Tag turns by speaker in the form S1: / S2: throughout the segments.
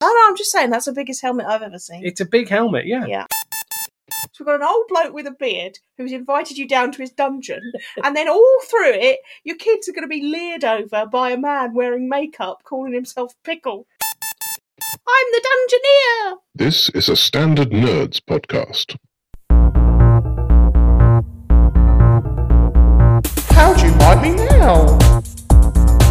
S1: No, no, I'm just saying that's the biggest helmet I've ever seen.
S2: It's a big helmet, yeah.
S1: Yeah. So we've got an old bloke with a beard who's invited you down to his dungeon, and then all through it, your kids are going to be leered over by a man wearing makeup calling himself Pickle. I'm the Dungeoneer!
S3: This is a Standard Nerds podcast.
S4: How'd you like me now?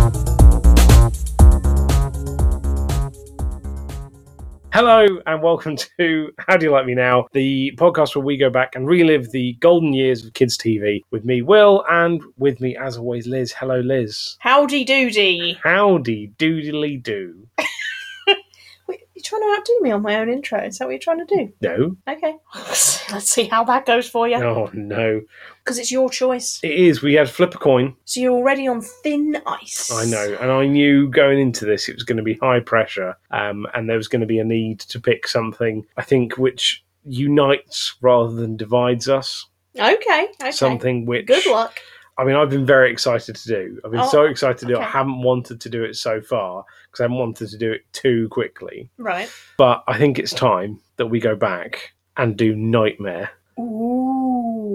S2: Hello and welcome to How Do You Like Me Now, the podcast where we go back and relive the golden years of kids' TV with me, Will, and with me, as always, Liz. Hello, Liz.
S1: Howdy doody.
S2: Howdy doodly do.
S1: Wait, You're trying to outdo me on my own intro. Is that what you're trying to do?
S2: No.
S1: Okay. Let's see how that goes for you.
S2: Oh, no.
S1: Because it's your choice.
S2: It is. We had flip a coin.
S1: So you're already on thin ice.
S2: I know. And I knew going into this it was going to be high pressure um, and there was going to be a need to pick something, I think, which unites rather than divides us.
S1: Okay. okay.
S2: Something which.
S1: Good luck.
S2: I mean, I've been very excited to do. I've been
S1: Oh,
S2: so excited to do. it. I
S1: okay.
S2: haven't wanted to do it so far because I haven't wanted to do it too quickly.
S1: Right.
S2: But I think it's time that we go back and do Nightmare.
S1: Ooh.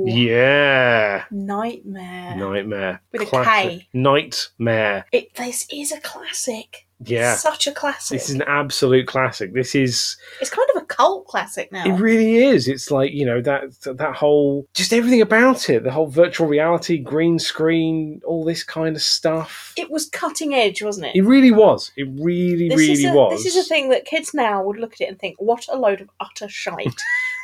S2: Yeah,
S1: Nightmare.
S2: Nightmare
S1: With a
S2: Classic.
S1: K.
S2: Nightmare.
S1: It, this is a classic.
S2: Yeah,
S1: Such a classic.
S2: this is an absolute classic. This is
S1: It's kind of a cult classic now.
S2: It really is. It's like you know that that whole just everything about it. The whole virtual reality, green screen, all this kind of stuff. It,
S1: It was cutting edge, wasn't it?
S2: really was. It really, really
S1: is a,
S2: was.
S1: This is a thing that kids now would look at it and think, what a load of utter shite.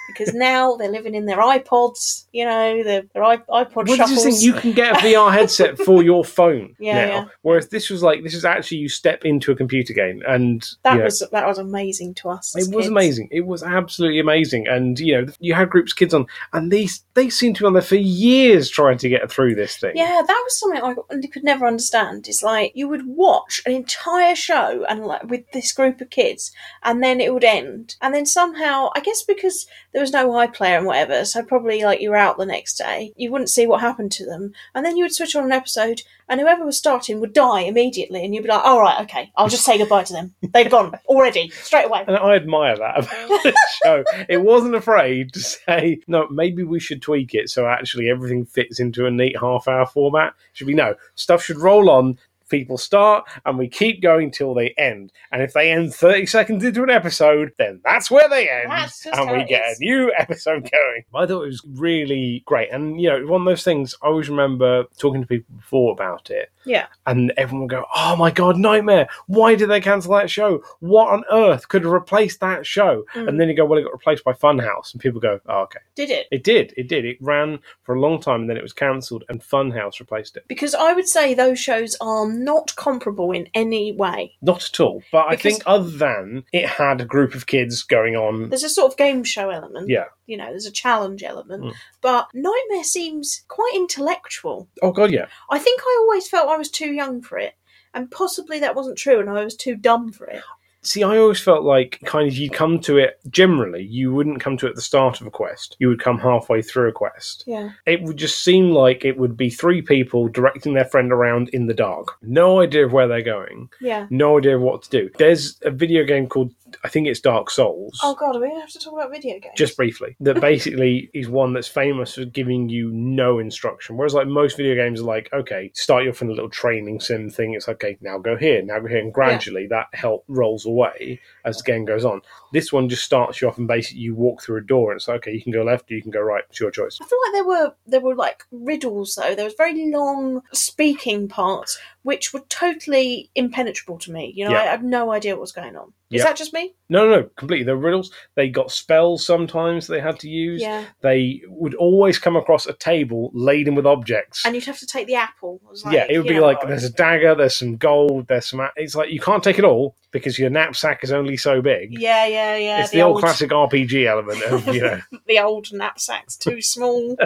S1: because now they're living in their iPods, you know, their, their iP- iPod
S2: What do you
S1: shuffles.
S2: think? You can get a VR headset for your phone
S1: Yeah,
S2: now.
S1: yeah.
S2: Whereas this was like this is actually you step into a computer game, and
S1: that
S2: you know,
S1: was that was amazing to us. as
S2: it was
S1: kids.
S2: amazing. It was absolutely amazing, and you know you had groups of kids on, and these they seemed to be on there for years trying to get through this thing.
S1: Yeah, that was something I could never understand. It's like you would watch an entire show and like with this group of kids, and then it would end, and then somehow, I guess because there was no iPlayer and whatever, so probably like you were out the next day, you wouldn't see what happened to them, and then you would switch on an episode, and whoever was starting would die immediately, and you'd be like, "All right, okay, I'll just say goodbye to them. They've gone already, straight away."
S2: And I admire that about the show. It wasn't afraid to say, no, maybe we should tweak it so actually everything fits into a neat half hour format. Should be no. Stuff should roll on, people start, and we keep going till they end. And if they end 30 seconds into an episode, then that's where they end.
S1: That's just
S2: and
S1: how
S2: we
S1: it
S2: get
S1: is.
S2: a new episode going. I thought it was really great. And, you know, one of those things I always remember talking to people before about it
S1: Yeah,
S2: and everyone would go, "Oh my god, nightmare! Why did they cancel that show? What on earth could have replaced that show?"
S1: Mm.
S2: And then you go, "Well, it got replaced by Funhouse," and people go, "Oh, okay."
S1: did it?
S2: It did, it did. It ran for a long time, and then it was cancelled, and Funhouse replaced it.
S1: Because I would say those shows are not comparable in any way.
S2: Not at all, but I
S1: Because-
S2: think other than it had a group of kids going on.
S1: There's a sort of game show element.
S2: Yeah.
S1: You know, there's a challenge element.
S2: Mm.
S1: But Nightmare seems quite intellectual.
S2: Oh god, yeah.
S1: I think I always felt I was too young for it. And possibly that wasn't true and I was too dumb for it.
S2: See, I always felt like kind of you come to it generally. You wouldn't come to it at the start of a quest. You would come halfway through a quest.
S1: Yeah.
S2: it would just seem like it would be three people directing their friend around in the dark. No idea of where they're going,
S1: Yeah.
S2: no idea of what to do. There's a video game called, I think it's Dark Souls.
S1: Oh god, are we gonna have to talk about video games?
S2: Just briefly, that basically is one that's famous for giving you no instruction. Whereas, like most video games, are like, okay, start you off in a little training sim thing. It's okay, now go here, now go here, and gradually that help rolls away as the game goes on. This one just starts you off and basically you walk through a door. And it's like, okay, you can go left, or you can go right. It's your choice.
S1: I feel like there were there were like riddles though. There was very long speaking parts which were totally impenetrable to me. You know,
S2: Yeah.
S1: I had no idea what was going on. Is
S2: Yeah.
S1: that just me?
S2: No, no, no, completely. They're riddles. They got spells sometimes they had to use.
S1: Yeah.
S2: They would always come across a table laden with objects.
S1: And you'd have to take the apple. I was like,
S2: yeah, it would
S1: you
S2: be
S1: know,
S2: like there's a dagger, there's some gold, there's some. It's like you can't take it all because your knapsack is only so big.
S1: Yeah, yeah, yeah.
S2: it's the, old classic RPG element of you know.
S1: the old knapsack's too small.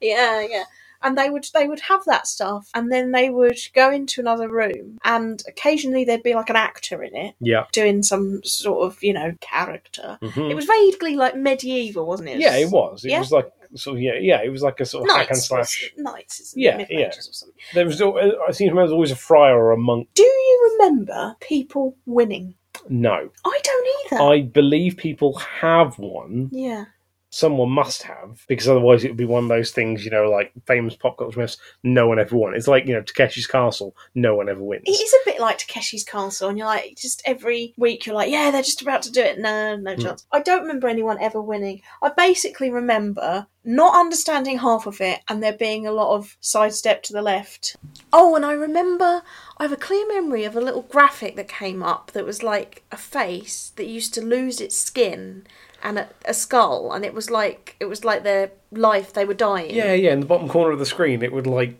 S1: yeah, yeah. And they would they would have that stuff, and then they would go into another room, and occasionally there'd be like an actor in it
S2: yeah.
S1: doing some sort of you know character.
S2: Mhm.
S1: It was vaguely like medieval, wasn't it?
S2: yeah, it was. It
S1: yeah.
S2: was like sort of yeah, yeah. It was like a sort of hack and
S1: Knights,
S2: slash.
S1: knights, isn't
S2: Yeah,
S1: it? Mid Ages or something.
S2: There was. al- I seem to remember there was always a friar or a monk.
S1: Do you remember people winning?
S2: No.
S1: I don't either.
S2: I believe people have one.
S1: yeah.
S2: Someone must have, because otherwise it would be one of those things, you know, like famous pop culture myths, no one ever won. It's like, you know, Takeshi's Castle, no one ever wins.
S1: It is a bit like Takeshi's Castle, and you're like, just every week you're like, yeah, they're just about to do it. No, no
S2: Hmm.
S1: chance. I don't remember anyone ever winning. I basically remember not understanding half of it and there being a lot of sidestep to the left. Oh, and I remember I have a clear memory of a little graphic that came up that was like a face that used to lose its skin and a, a skull, and it was like it was like their life they were dying.
S2: Yeah, yeah, in the bottom corner of the screen, it would, like,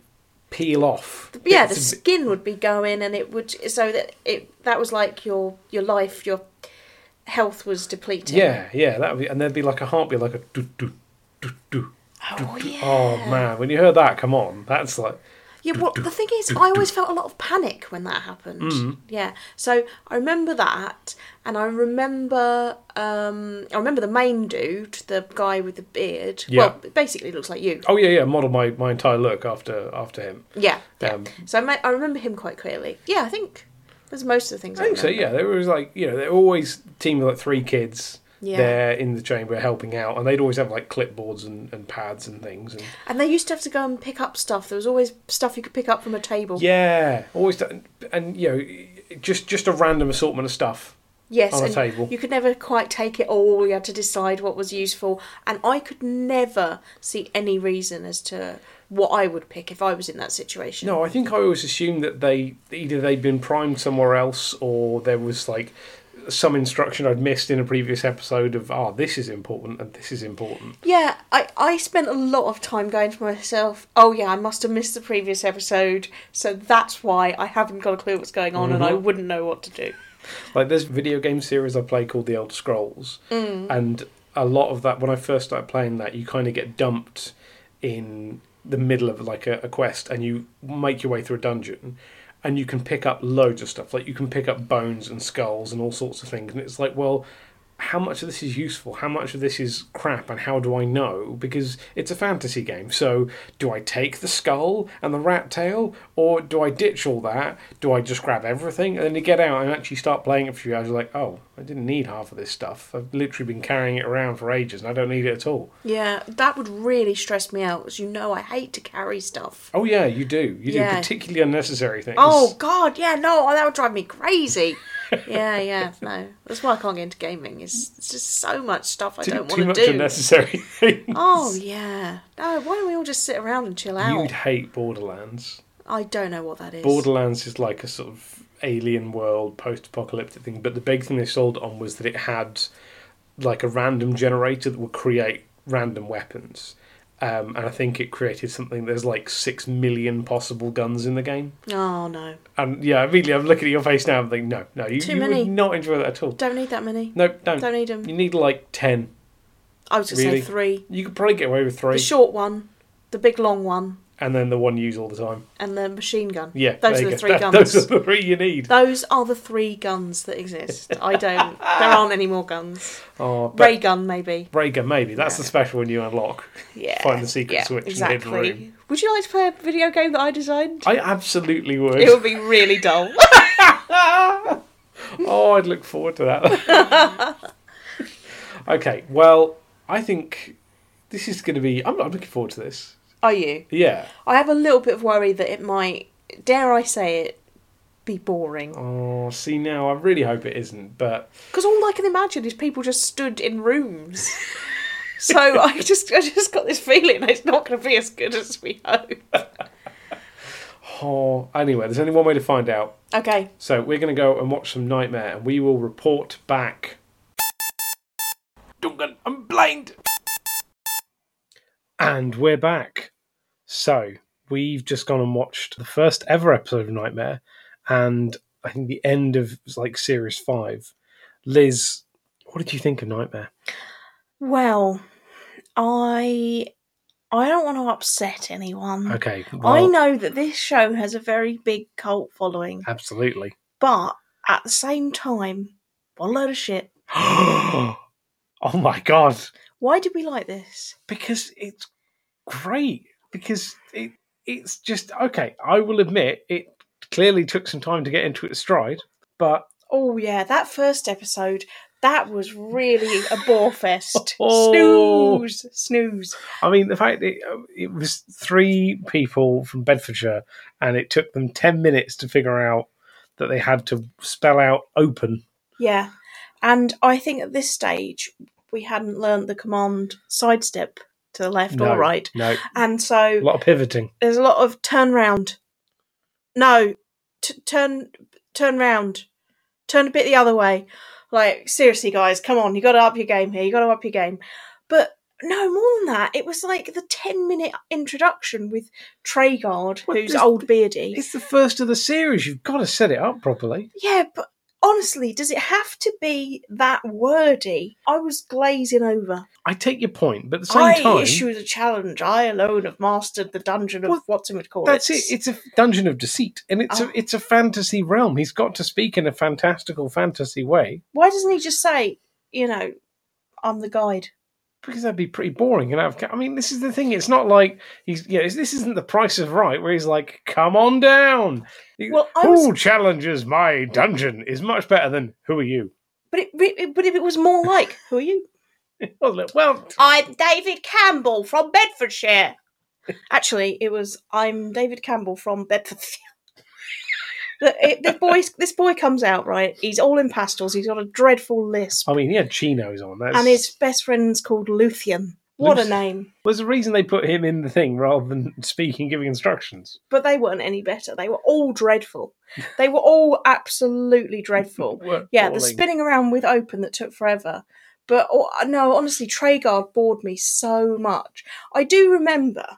S2: peel off.
S1: yeah the
S2: bits of-
S1: skin would be going and it would so that it that was like your your life your health was depleted
S2: Yeah, yeah, that would be, and there'd be like a heartbeat, like a do do do do.
S1: oh yeah
S2: Oh man, when you heard that, come on, that's like
S1: yeah well the thing is i always felt a lot of panic when that happened
S2: Mm-hmm.
S1: yeah so i remember that and i remember um i remember the main dude the guy with the beard
S2: Yeah.
S1: well basically looks like you
S2: oh yeah, yeah, model my, my entire look after after him.
S1: yeah yeah
S2: Um,
S1: so I, ma- I remember him quite clearly yeah i think that's most of the things
S2: I think so.
S1: remember.
S2: Yeah, there was like you know they're always a team of like three kids.
S1: Yeah.
S2: There in the chamber helping out, and they'd always have like clipboards and, and pads and things. And
S1: and they used to have to go and pick up stuff there was always stuff you could pick up from a table
S2: yeah, always done- and you know just just a random assortment of stuff.
S1: Yes,
S2: on a
S1: and
S2: table.
S1: you could never quite take it all. You had to decide what was useful, and I could never see any reason as to what I would pick if I was in that situation.
S2: No, I think I always assumed that they either they'd been primed somewhere else or there was like some instruction I'd missed in a previous episode of ah this is important and this is important.
S1: Yeah, I, I spent a lot of time going to myself. Oh yeah, I must have missed the previous episode, so that's why I haven't got a clue what's going on, and
S2: Mm-hmm.
S1: I wouldn't know what to do.
S2: Like there's a video game series I play called The Elder Scrolls, and a lot of that when I first started playing that, you kind of get dumped in the middle of like a, a quest, and you make your way through a dungeon, and you can pick up loads of stuff. Like you can pick up bones and skulls and all sorts of things, and it's like well. How much of this is useful? How much of this is crap? And how do I know? Because it's a fantasy game. So, do I take the skull and the rat tail, or do I ditch all that? Do I just grab everything? And then you get out and actually start playing it for a few hours. You're like, oh, I didn't need half of this stuff. I've literally been carrying it around for ages, and I don't need it at all.
S1: Yeah, that would really stress me out, as you know, I hate to carry stuff.
S2: Oh yeah, you do. You do
S1: Yeah.
S2: particularly unnecessary things.
S1: Oh God, yeah, no, that would drive me crazy. yeah, yeah, no, that's why I can't get into gaming. It's, it's just so much stuff I
S2: too,
S1: don't
S2: too
S1: want
S2: much
S1: to do.
S2: unnecessary. things.
S1: Oh yeah, no, why don't we all just sit around and chill out?
S2: You'd hate Borderlands.
S1: I don't know what that is.
S2: Borderlands is like a sort of alien world post-apocalyptic thing, but the big thing they sold it on was that it had like a random generator that would create random weapons. Um, and I think it created something. There's like six million possible guns in the game.
S1: Oh no,
S2: And yeah, immediately I'm looking at your face now. I'm thinking, no, no, you,
S1: Too
S2: you
S1: many.
S2: would not enjoy that at all.
S1: don't need that many.
S2: No, don't.
S1: Don't need 'em.
S2: You need like ten.
S1: I was gonna
S2: Really?
S1: say three:
S2: You could probably get away with three,
S1: the short one, the big long one,
S2: and then the one you use all the time.
S1: and the machine gun.
S2: Yeah,
S1: those
S2: there
S1: are
S2: you
S1: the
S2: go.
S1: three
S2: That-
S1: guns.
S2: Those are the three you need.
S1: Those are the three guns that exist. I don't. there aren't any more guns.
S2: Oh, but-
S1: Ray gun, maybe.
S2: Ray gun, maybe. That's the
S1: Yeah.
S2: special one you unlock.
S1: Yeah.
S2: Find the secret
S1: yeah,
S2: switch in the hidden
S1: exactly.
S2: room.
S1: Would you like to play a video game that I designed?
S2: I absolutely would.
S1: It would be really dull.
S2: Oh, I'd look forward to that. okay, well, I think this is going to be. I'm, I'm looking forward to this.
S1: Are you?
S2: Yeah.
S1: I have a little bit of worry that it might, dare I say it, be boring.
S2: Oh, see now, I really hope it isn't, but
S1: Because all I can imagine is people just stood in rooms. so I just, I just got this feeling it's not going to be as good as we hope.
S2: oh, anyway, there's only one way to find out.
S1: Okay.
S2: So we're going to go and watch some Nightmare, and we will report back. Duncan, I'm blind. And we're back. So we've just gone and watched the first ever episode of Nightmare, and I think the end of like series five. Liz, what did you think of Nightmare?
S1: Well, I, I don't want to upset anyone.
S2: Okay,
S1: I
S2: well,
S1: know that this show has a very big cult following,
S2: absolutely.
S1: but at the same time, what a load of shit.
S2: oh my god!
S1: Why did we like this?
S2: because it's great because it it's just okay i will admit it clearly took some time to get into its stride but
S1: Oh yeah, that first episode that was really a bore fest.
S2: Oh.
S1: Snooze, snooze.
S2: I mean, the fact that uh, it was three people from Bedfordshire and it took them 10 minutes to figure out that they had to spell out open.
S1: Yeah, and I think at this stage we hadn't learned the command sidestep to the left
S2: No,
S1: or right,
S2: No,
S1: and
S2: a
S1: so
S2: lot of pivoting.
S1: there's a lot of turn round. No, t- turn turn round, turn a bit the other way. Like seriously, guys, come on, you got to up your game here. You got to up your game. But no more than that. It was like the ten minute introduction with Traegard,
S2: Well,
S1: who's
S2: this-
S1: old beardy.
S2: It's the first of the series. You've got to set it up properly.
S1: Yeah, but honestly, does it have to be that wordy? I was glazing over.
S2: I take your point, but at the same
S1: I
S2: time,
S1: issued a challenge. I alone have mastered the dungeon of
S2: Well,
S1: what's it called?
S2: that's it. It's a dungeon of deceit, and it's
S1: Oh.
S2: a it's a fantasy realm. He's got to speak in a fantastical fantasy way
S1: Why doesn't he just say, you know, I'm the guide?
S2: because that'd be pretty boring. And I've, I mean, this is the thing. It's not like he's you know, this isn't the Price of Right where he's like, "Come on down."
S1: Well, I was-
S2: who challenges my dungeon is much better than who are you?
S1: But it, re- it- but if it was more like, who are you?
S2: Well,
S1: I'm David Campbell from Bedfordshire. Actually, it was I'm David Campbell from Bedfordshire. the, it, the boy, this boy comes out right. He's all in pastels. He's got a dreadful lisp.
S2: I mean, he had chinos on. That's,
S1: and his best friend's called Luthien. What a
S2: Luth-
S1: name!
S2: was the reason they put him in the thing rather than speaking, giving instructions.
S1: But they weren't any better. They were all dreadful. They were all absolutely dreadful.
S2: Were
S1: Yeah, the
S2: appalling.
S1: spinning around with open that took forever. But oh, no, honestly, Traegard bored me so much. I do remember.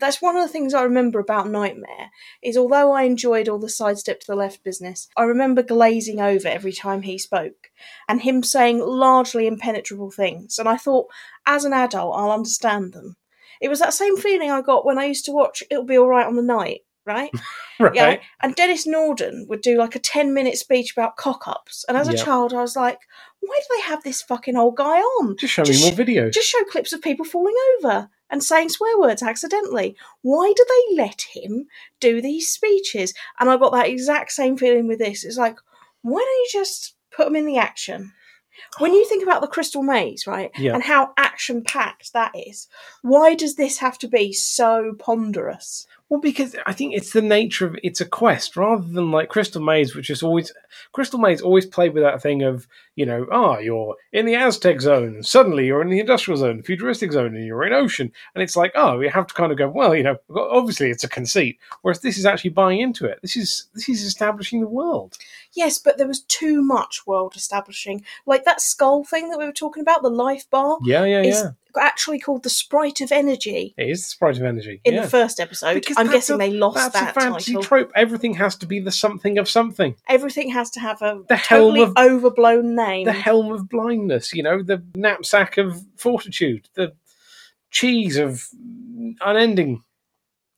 S1: That's one of the things I remember about Nightmare is although I enjoyed all the sidestep to the left business, I remember glazing over every time he spoke and him saying largely impenetrable things. And I thought, as an adult, I'll understand them. It was that same feeling I got when I used to watch It'll Be Alright on the Night, right?
S2: right?
S1: Yeah. And Dennis Norden would do like a 10 minute speech about cock ups. And as a
S2: Yeah.
S1: child, I was like, why do they have this fucking old guy on?
S2: Just show
S1: Just-
S2: me more videos.
S1: Just show clips of people falling over and saying swear words accidentally. Why do they let him do these speeches? And I got that exact same feeling with this. It's like, why don't you just put them in the action? When you think about the crystal maze, right,
S2: Yeah.
S1: and how action packed that is, why does this have to be so ponderous?
S2: Well, because I think it's the nature of it's a quest rather than like Crystal Maze, which is always Crystal Maze always played with that thing of you know ah you're in the Aztec zone and suddenly you're in the industrial zone, futuristic zone, and you're in ocean, and it's like oh we have to kind of go well you know obviously it's a conceit, whereas this is actually buying into it. This is this is establishing the world.
S1: Yes, but there was too much world establishing. Like that skull thing that we were talking about, the life bar,
S2: Yeah, yeah,
S1: is
S2: yeah.
S1: actually called the Sprite of Energy
S2: It is the sprite of energy.
S1: in
S2: yeah.
S1: the first episode.
S2: Because
S1: I'm
S2: that's
S1: guessing
S2: a-
S1: they lost
S2: That's
S1: that
S2: a fantasy
S1: title.
S2: trope. Everything has to be the something of something.
S1: Everything has to have a
S2: The helm
S1: totally
S2: of-
S1: overblown name.
S2: the helm of blindness, you know, the knapsack of fortitude, the cheese of unending,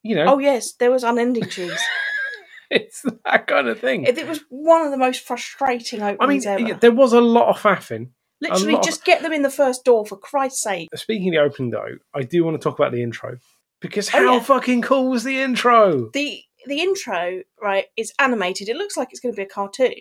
S2: you know,
S1: oh yes, there was unending cheese.
S2: it's that kind of thing.
S1: it, it was one of the most frustrating
S2: I mean,
S1: openings ever.
S2: yeah, there was a lot of faffing.
S1: Literally,
S2: lot of-
S1: just get them in the first door for Christ's sake.
S2: Speaking of the opening, though, I do want to talk about the intro because
S1: Oh,
S2: how
S1: yeah.
S2: fucking cool was the intro?
S1: the the intro right is animated. It looks like it's going to be a cartoon,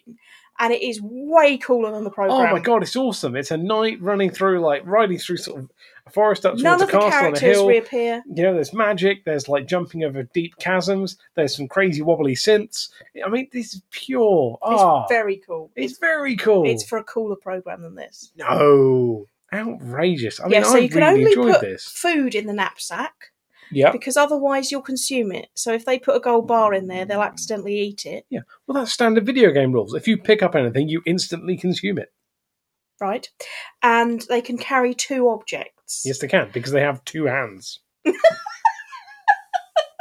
S1: and it is way cooler than the program.
S2: Oh my god, it's awesome! It's a knight running through, like riding through sort of a forest up towards
S1: None
S2: a
S1: of the
S2: castle on a
S1: characters
S2: hill.
S1: reappear.
S2: you know, there's magic, there's like jumping over deep chasms, there's some crazy wobbly synths. I mean, this is pure art.
S1: It's very cool.
S2: Ah, It's,
S1: It's,
S2: very cool.
S1: it's for a cooler program than this.
S2: no outrageous. I mean,
S1: yeah, so
S2: I
S1: you
S2: really
S1: can only
S2: enjoyed
S1: put
S2: this.
S1: food in the knapsack
S2: Yep.
S1: because otherwise you'll consume it. So if they put a gold bar in there, they'll accidentally eat it,
S2: Well, that's standard video game rules. If you pick up anything, you instantly consume it.
S1: right? And they can carry two objects.
S2: Yes, they can because they have two hands.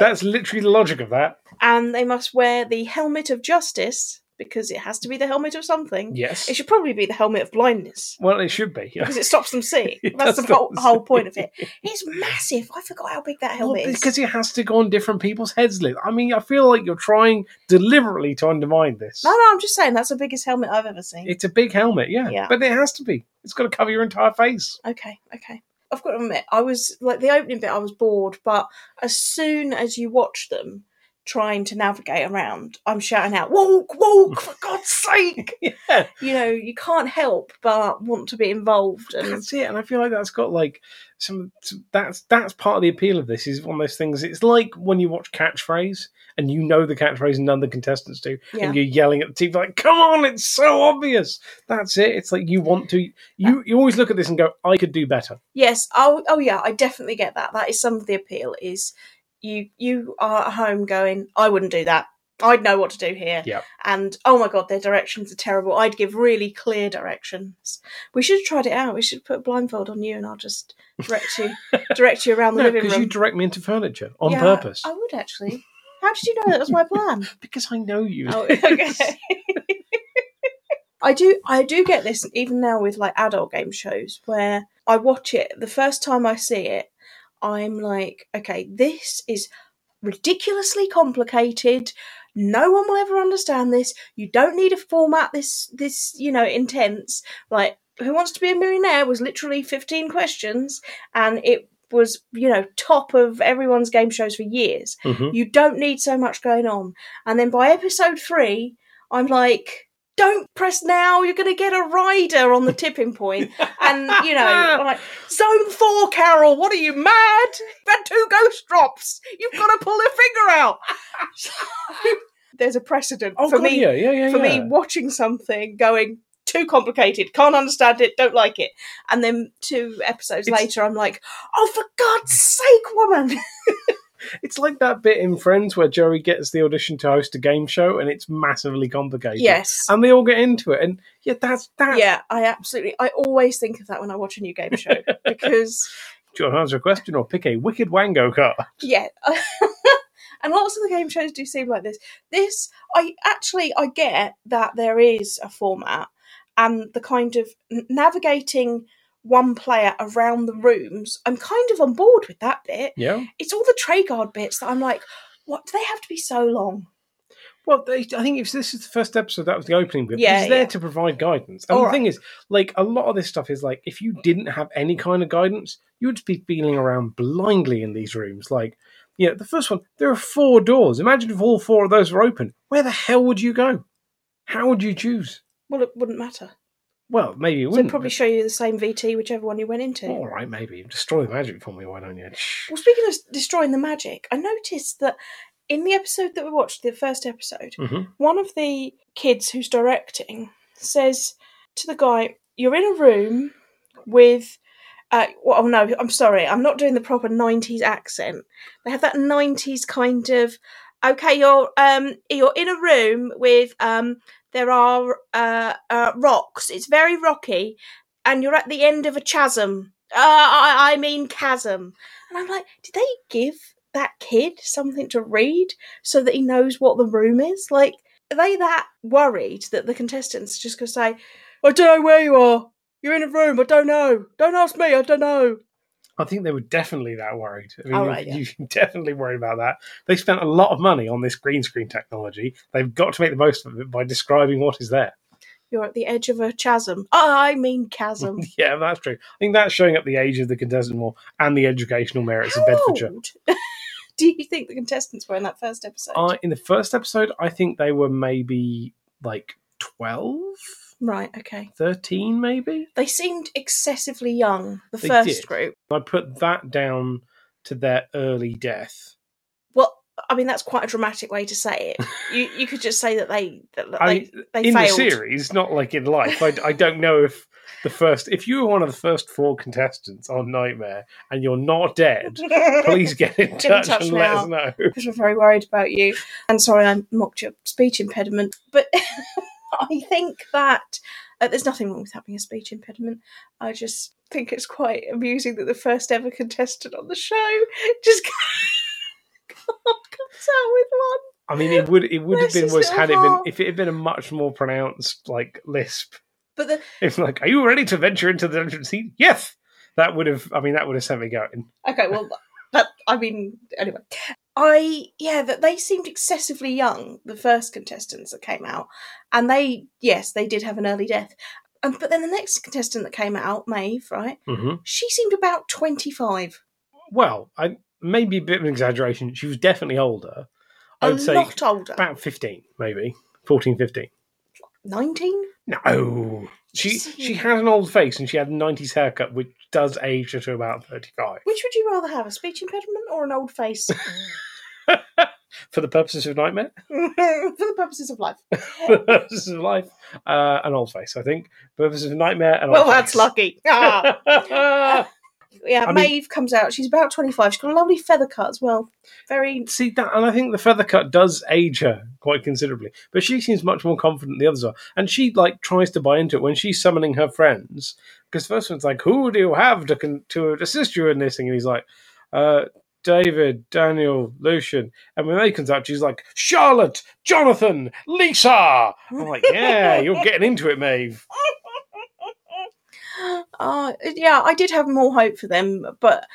S2: that's literally the logic of that.
S1: And they must wear the helmet of justice because it has to be the helmet of something.
S2: Yes.
S1: It should probably be the helmet of blindness.
S2: well, it should be.
S1: because it stops them seeing.
S2: It
S1: That's
S2: does
S1: the whole,
S2: stop them
S1: whole point of
S2: seeing.
S1: it. It's massive. I forgot how big that
S2: Well,
S1: helmet is.
S2: because it has to go on different people's heads. Liz. I mean, I feel like you're trying deliberately to undermine this.
S1: No, no, I'm just saying that's the biggest helmet I've ever seen.
S2: It's a big helmet, yeah.
S1: Yeah.
S2: But it has to be. It's got to cover your entire face.
S1: Okay, okay. I've got to admit, I was like the opening bit. I was bored, but as soon as you watch them, trying to navigate around, I'm shouting out, walk, walk, for God's sake.
S2: Yeah.
S1: You know, you can't help but want to be involved. And
S2: That's it, and I feel like that's got like some. some- That's that's part of the appeal of this. Is one of those things. It's like when you watch catchphrase and you know the catchphrase and none of the contestants do,
S1: yeah.
S2: and you're yelling at the TV like, "Come on, it's so obvious." That's it. It's like you want to. You you always look at this and go, "I could do better."
S1: yes. Oh, oh, yeah, I definitely get that. That is some of the appeal is you you are at home going, I wouldn't do that. I'd know what to do here.
S2: Yeah.
S1: And oh my God, their directions are terrible. I'd give really clear directions. We should have tried it out. We should put a blindfold on you and I'll just direct you direct you around the
S2: No,
S1: living
S2: because
S1: room.
S2: you direct me into furniture on
S1: Yeah, Oh.
S2: purpose.
S1: I would actually. How did you know that was my plan?
S2: Because I know you.
S1: Oh, okay. I do I do get this even now with like adult game shows where I watch it the first time I see it I'm like okay this is ridiculously complicated no one will ever understand this you don't need a format this this you know intense like who wants to be a millionaire was literally 15 questions and it was you know top of everyone's game shows for years
S2: Mhm.
S1: you don't need so much going on. And then by episode three, I'm like, don't press now. You're going to get a rider on the tipping point. And, you know, I'm like, zone four, Carol, what are you mad? You've had two ghost drops. You've got to pull a finger out. There's a precedent
S2: Oh,
S1: for
S2: God,
S1: me
S2: yeah, yeah, yeah.
S1: for
S2: yeah.
S1: me watching something going too complicated, can't understand it, don't like it. And then two episodes
S2: It's-
S1: later, I'm like, oh, for God's sake, woman.
S2: It's like that bit in Friends where Joey gets the audition to host a game show, and it's massively complicated.
S1: yes.
S2: and they all get into it, and yeah, that's that.
S1: Yeah, I absolutely. I always think of that when I watch a new game show because,
S2: Do you want to answer a question or pick a wicked wango car?
S1: yeah, and lots of the game shows do seem like this. This, I actually, I get that there is a format and the kind of n- navigating one player around the rooms. I'm kind of on board with that bit.
S2: Yeah.
S1: It's all the tray guard bits that I'm like, what do they have to be so long?
S2: Well, they, I think if this is the first episode, that was the opening bit.
S1: Yeah,
S2: it's there
S1: yeah.
S2: to provide guidance. And
S1: All
S2: the thing is, like a lot of this stuff is like if you didn't have any kind of guidance, you would just be feeling around blindly in these rooms. Like, yeah, the first one, there are four doors. Imagine if all four of those were open. Where the hell would you go? How would you choose?
S1: Well, it wouldn't matter.
S2: Well, maybe you
S1: So they'd
S2: wouldn't.
S1: probably show you the same VT, whichever one you went into.
S2: but- all right, maybe destroy the magic for me. Why don't you? Shh.
S1: Well, speaking of destroying the magic, I noticed that in the episode that we watched, the first episode,
S2: Mhm.
S1: one of the kids who's directing says to the guy, You're in a room with. Uh, well, oh no, I'm sorry, I'm not doing the proper 90s accent. They have that 90s kind of. Okay, you're um you're in a room with um there are uh, uh rocks. It's very rocky, and you're at the end of a chasm. Uh, I, I mean chasm. And I'm like, did they give that kid something to read so that he knows what the room is? Like, are they that worried that the contestants just going to say, I don't know where you are. You're in a room. I don't know. Don't ask me. I don't know.
S2: I think they were definitely that worried. I mean,
S1: All right,
S2: you, you can definitely worry about that. They spent a lot of money on this green screen technology. They've got to make the most of it by describing what is there.
S1: You're at the edge of a chasm. Oh, I mean chasm.
S2: Yeah, that's true. I think that's showing up the age of the contestant more and the educational merits
S1: How
S2: of Bedfordshire.
S1: old do you think the contestants were in that first episode?
S2: Uh, in the first episode, I think they were maybe like 12,
S1: right, okay.
S2: 13 maybe.
S1: They seemed excessively young, the
S2: They
S1: first
S2: did.
S1: group.
S2: I put that down to their early death.
S1: Well, I mean that's quite a dramatic way to say it. You you could just say that they that they,
S2: I mean,
S1: they
S2: in
S1: failed.
S2: the series, not like in life. I, I don't know if the first, if you were one of the first four contestants on Nightmare and you're not dead, please get in
S1: Get in
S2: touch,
S1: touch
S2: and
S1: now.
S2: let us know.
S1: because we're very worried about you. And sorry, I mocked your speech impediment, but I think that uh, there's nothing wrong with having a speech impediment. I just think it's quite amusing that the first ever contestant on the show just comes out with one.
S2: I mean, it would it would have
S1: Bless
S2: been
S1: his
S2: worse had it
S1: little
S2: been
S1: heart.
S2: if it had been a much more pronounced like lisp.
S1: But the,
S2: It's like, are you ready to venture into the dungeon scene? Yes. That would have. I mean, that would have sent me going.
S1: Okay, well, that I mean, anyway, I yeah, that they seemed excessively young. The first contestants that came out, and they yes, they did have an early death. Um, but then the next contestant that came out, Maeve, right?
S2: Mm-hmm.
S1: She seemed about twenty five.
S2: Well, I maybe a bit of an exaggeration. She was definitely older.
S1: A
S2: I'd say
S1: lot older.
S2: about 15, maybe 14, 15.
S1: 19?
S2: No, she she had an old face and she had a 90s haircut, which does age her to about 35.
S1: Which would you rather have, a speech impediment or an old face?
S2: For the purposes of nightmare,
S1: For the purposes of life.
S2: for the purposes of life, uh, an old face, I think. Purposes of nightmare, an old
S1: Well,
S2: face.
S1: that's lucky. Ah. Yeah,
S2: I mean-
S1: Maeve comes out. She's about 25. She's got a lovely feather cut as well. Very.
S2: See that, and I think the feather cut does age her quite considerably. But she seems much more confident than the others are, and she like tries to buy into it when she's summoning her friends. Because the first one's like, "Who do you have to con- to assist you in this thing?" And he's like, uh, "David, Daniel, Lucian." And when they comes out, she's like, "Charlotte, Jonathan, Lisa." I'm like, "Yeah, you're getting into it, Maeve."
S1: Uh, yeah, I did have more hope for them, but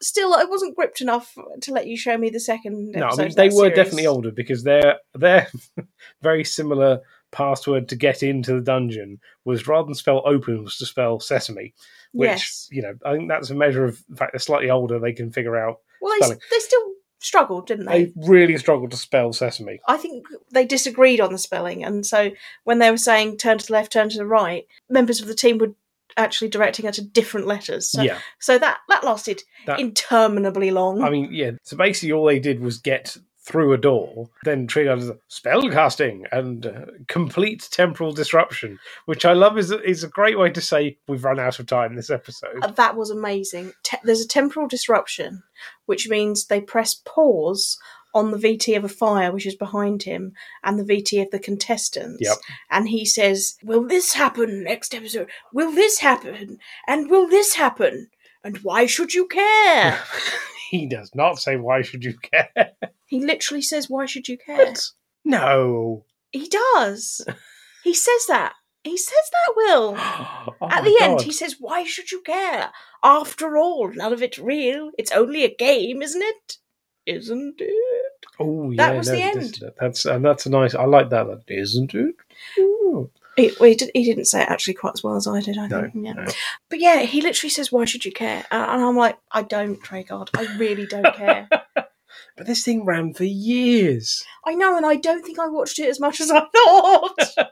S1: still, I wasn't gripped enough to let you show me the second
S2: No, I
S1: episode.
S2: mean
S1: of
S2: they
S1: that
S2: were
S1: series.
S2: definitely older because their their very similar password to get into the dungeon was rather than spell open was to spell sesame, which
S1: Yes.
S2: you know I think that's a measure of the fact they're slightly older. They can figure out
S1: Well, they,
S2: spelling.
S1: they still struggled, didn't they?
S2: they really struggled to spell sesame.
S1: I think they disagreed on the spelling, and so when they were saying turn to the left, turn to the right, members of the team were actually directing her to different letters. So,
S2: yeah,
S1: so that that lasted
S2: That-
S1: interminably long.
S2: I mean yeah. So basically, all they did was get through a door, then trigger the spell casting and uh, complete temporal disruption, which I love is is a great way to say we've run out of time this episode.
S1: Uh, that was amazing. Te- there's a temporal disruption, which means they press pause on the VT of a fire, which is behind him, and the VT of the contestants.
S2: Yep.
S1: And he says, Will this happen next episode? Will this happen? And will this happen? And why should you care?
S2: he does not say why should you care.
S1: he literally says, Why should you care?
S2: No.
S1: He does. he says that. He says that, Will.
S2: Oh
S1: At
S2: my
S1: the end,
S2: God.
S1: he says, Why should you care? After all, none of it's real. It's only a game, isn't it? Isn't it?
S2: oh yeah,
S1: that was
S2: no,
S1: the
S2: it
S1: end.
S2: isn't it? That's and that's a nice. I like that, that isn't it? Ooh.
S1: He, well, he, did, he didn't say it actually quite as well as I did, I
S2: No,
S1: think. Yeah.
S2: no.
S1: But yeah, he literally says, Why should you care? And, and I'm like, I don't, Tragard. I really don't care.
S2: But this thing ran for years.
S1: I know, and I don't think I watched it as much as I thought.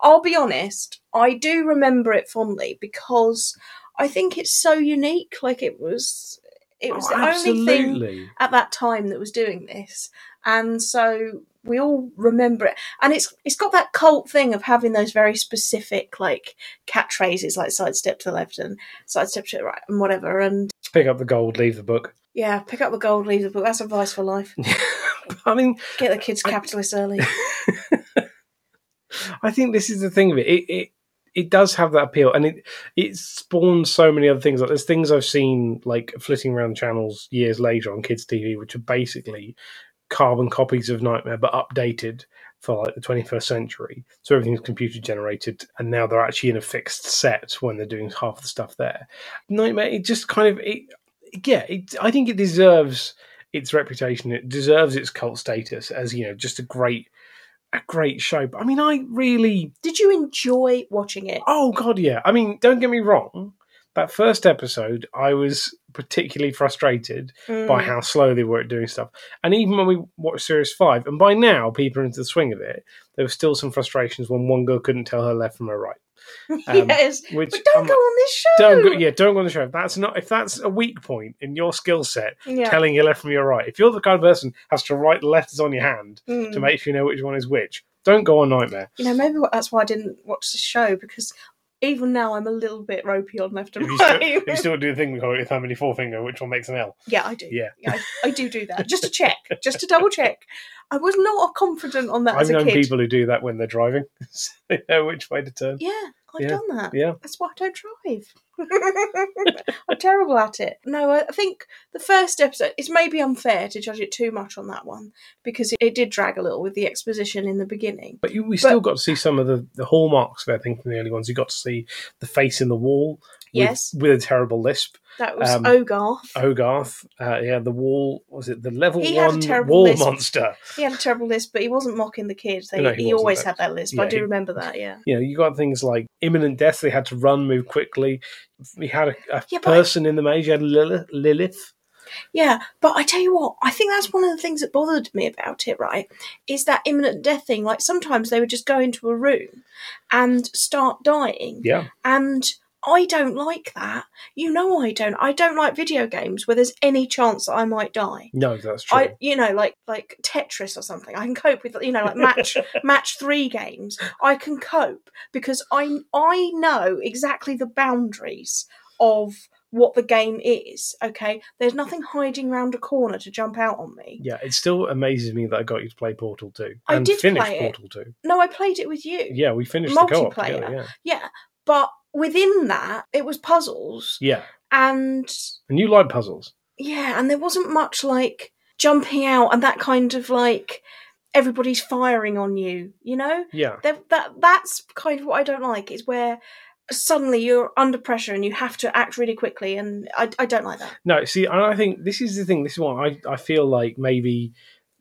S1: I'll be honest, I do remember it fondly because I think it's so unique. Like, it was. It was
S2: Oh,
S1: the only thing
S2: absolutely.
S1: at that time that was doing this, and so we all remember it. And it's it's got that cult thing of having those very specific like catchphrases, like sidestep to the left and sidestep to the right and whatever. And
S2: Pick up the gold, leave the book.
S1: yeah, pick up the gold, leave the book. That's advice for life.
S2: I mean,
S1: Get the kids capitalists early.
S2: I think this is the thing of it. It it, it does have that appeal, and it it spawns so many other things. Like there's things I've seen like flitting around channels years later on kids' TV, which are basically carbon copies of Nightmare but updated for like the 21st century. So everything's computer generated, and now they're actually in a fixed set when they're doing half the stuff there. Nightmare, it just kind of it. Yeah, it, I think it deserves its reputation. It deserves its cult status as you know, just a great, a great show. But I mean, I really
S1: Did you enjoy watching it?
S2: Oh god, yeah. I mean, don't get me wrong. That first episode, I was particularly frustrated
S1: Mm.
S2: by how slow they were at doing stuff. And even when we watched Series Five, and by now people are into the swing of it, there were still some frustrations when one girl couldn't tell her left from her right. um,
S1: yes,
S2: Which
S1: but don't
S2: I'm
S1: go
S2: like,
S1: on this show.
S2: don't go, yeah, don't go on the show. If that's not if that's a weak point in your skill set,
S1: Yeah.
S2: telling your left from your right. If you're the kind of person who has to write letters on your hand
S1: Mm.
S2: to make sure you know which one is which, don't go on nightmare.
S1: You know, maybe wh- that's why I didn't watch the show because even now I'm a little bit ropey on left
S2: If
S1: and
S2: you still,
S1: right.
S2: if you still do the thing we call it your thumb and your forefinger, which one makes an L?
S1: yeah, I do.
S2: Yeah.
S1: I, I do do that just to check, just to double check. I was not confident on that
S2: I've
S1: as a
S2: known
S1: kid.
S2: people who do that when they're driving. so they know which way to turn.
S1: Yeah, I've
S2: Yeah,
S1: done that.
S2: yeah.
S1: That's why I don't drive. I'm terrible at it. No, I I think the first episode, it's maybe unfair to judge it too much on that one because it, it did drag a little with the exposition in the beginning.
S2: But you, we still got to see some of the, the hallmarks of thing from the early ones. You got to see the face in the wall with,
S1: Yes.
S2: with a terrible lisp.
S1: That was
S2: Um,
S1: Ogarth.
S2: Ogarth, uh, yeah, the wall, was it the level
S1: He had a
S2: one
S1: terrible
S2: wall
S1: lisp.
S2: monster?
S1: He had a terrible list, but he wasn't mocking the kids. They,
S2: No,
S1: he
S2: he wasn't,
S1: always
S2: but-
S1: had that list.
S2: yeah,
S1: I do
S2: he-
S1: remember that, yeah.
S2: You know, you got things like imminent death, they had to run, move quickly. We had a, a
S1: Yeah, but I-
S2: person in the maze, you had Lilith. Lilith.
S1: Yeah, but I tell you what, I think that's one of the things that bothered me about it, right? Is that imminent death thing. Like sometimes they would just go into a room and start dying.
S2: Yeah.
S1: And I don't like that. You know I don't. I don't like video games where there's any chance that I might die.
S2: No, that's true.
S1: I, you know, like like Tetris or something. I can cope with, you know, like match match three games. I can cope because I I know exactly the boundaries of what the game is. Okay, there's nothing hiding round a corner to jump out on me.
S2: yeah, it still amazes me that I got you to play Portal 2
S1: I
S2: and
S1: did
S2: finish
S1: play it.
S2: Portal 2.
S1: No, I played it with you.
S2: Yeah, we finished the co-op
S1: Multiplayer.
S2: together. Yeah.
S1: Yeah, but within that, it was puzzles
S2: yeah,
S1: and
S2: and you like puzzles.
S1: yeah, and there wasn't much like jumping out and that kind of like everybody's firing on you. You know,
S2: Yeah,
S1: that, that that's kind of what I don't like is where suddenly you're under pressure and you have to act really quickly and I, I don't like that.
S2: no. See, and I think this is the thing. This is why I I feel like maybe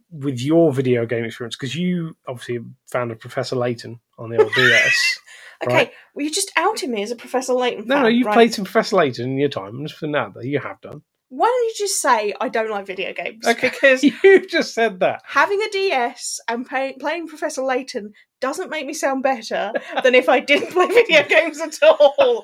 S2: with your video game experience because you obviously founded Professor Layton on the old DS.
S1: Okay,
S2: Right.
S1: well you just outed me as a Professor Layton.
S2: No,
S1: fan,
S2: no, you've
S1: Ah, right?
S2: played some Professor Layton in your time, and for now that you have done.
S1: Why don't you just say I don't like video games?
S2: Okay.
S1: Because
S2: you just said that.
S1: having a DS and pay, playing Professor Layton doesn't make me sound better than if I didn't play video games at all.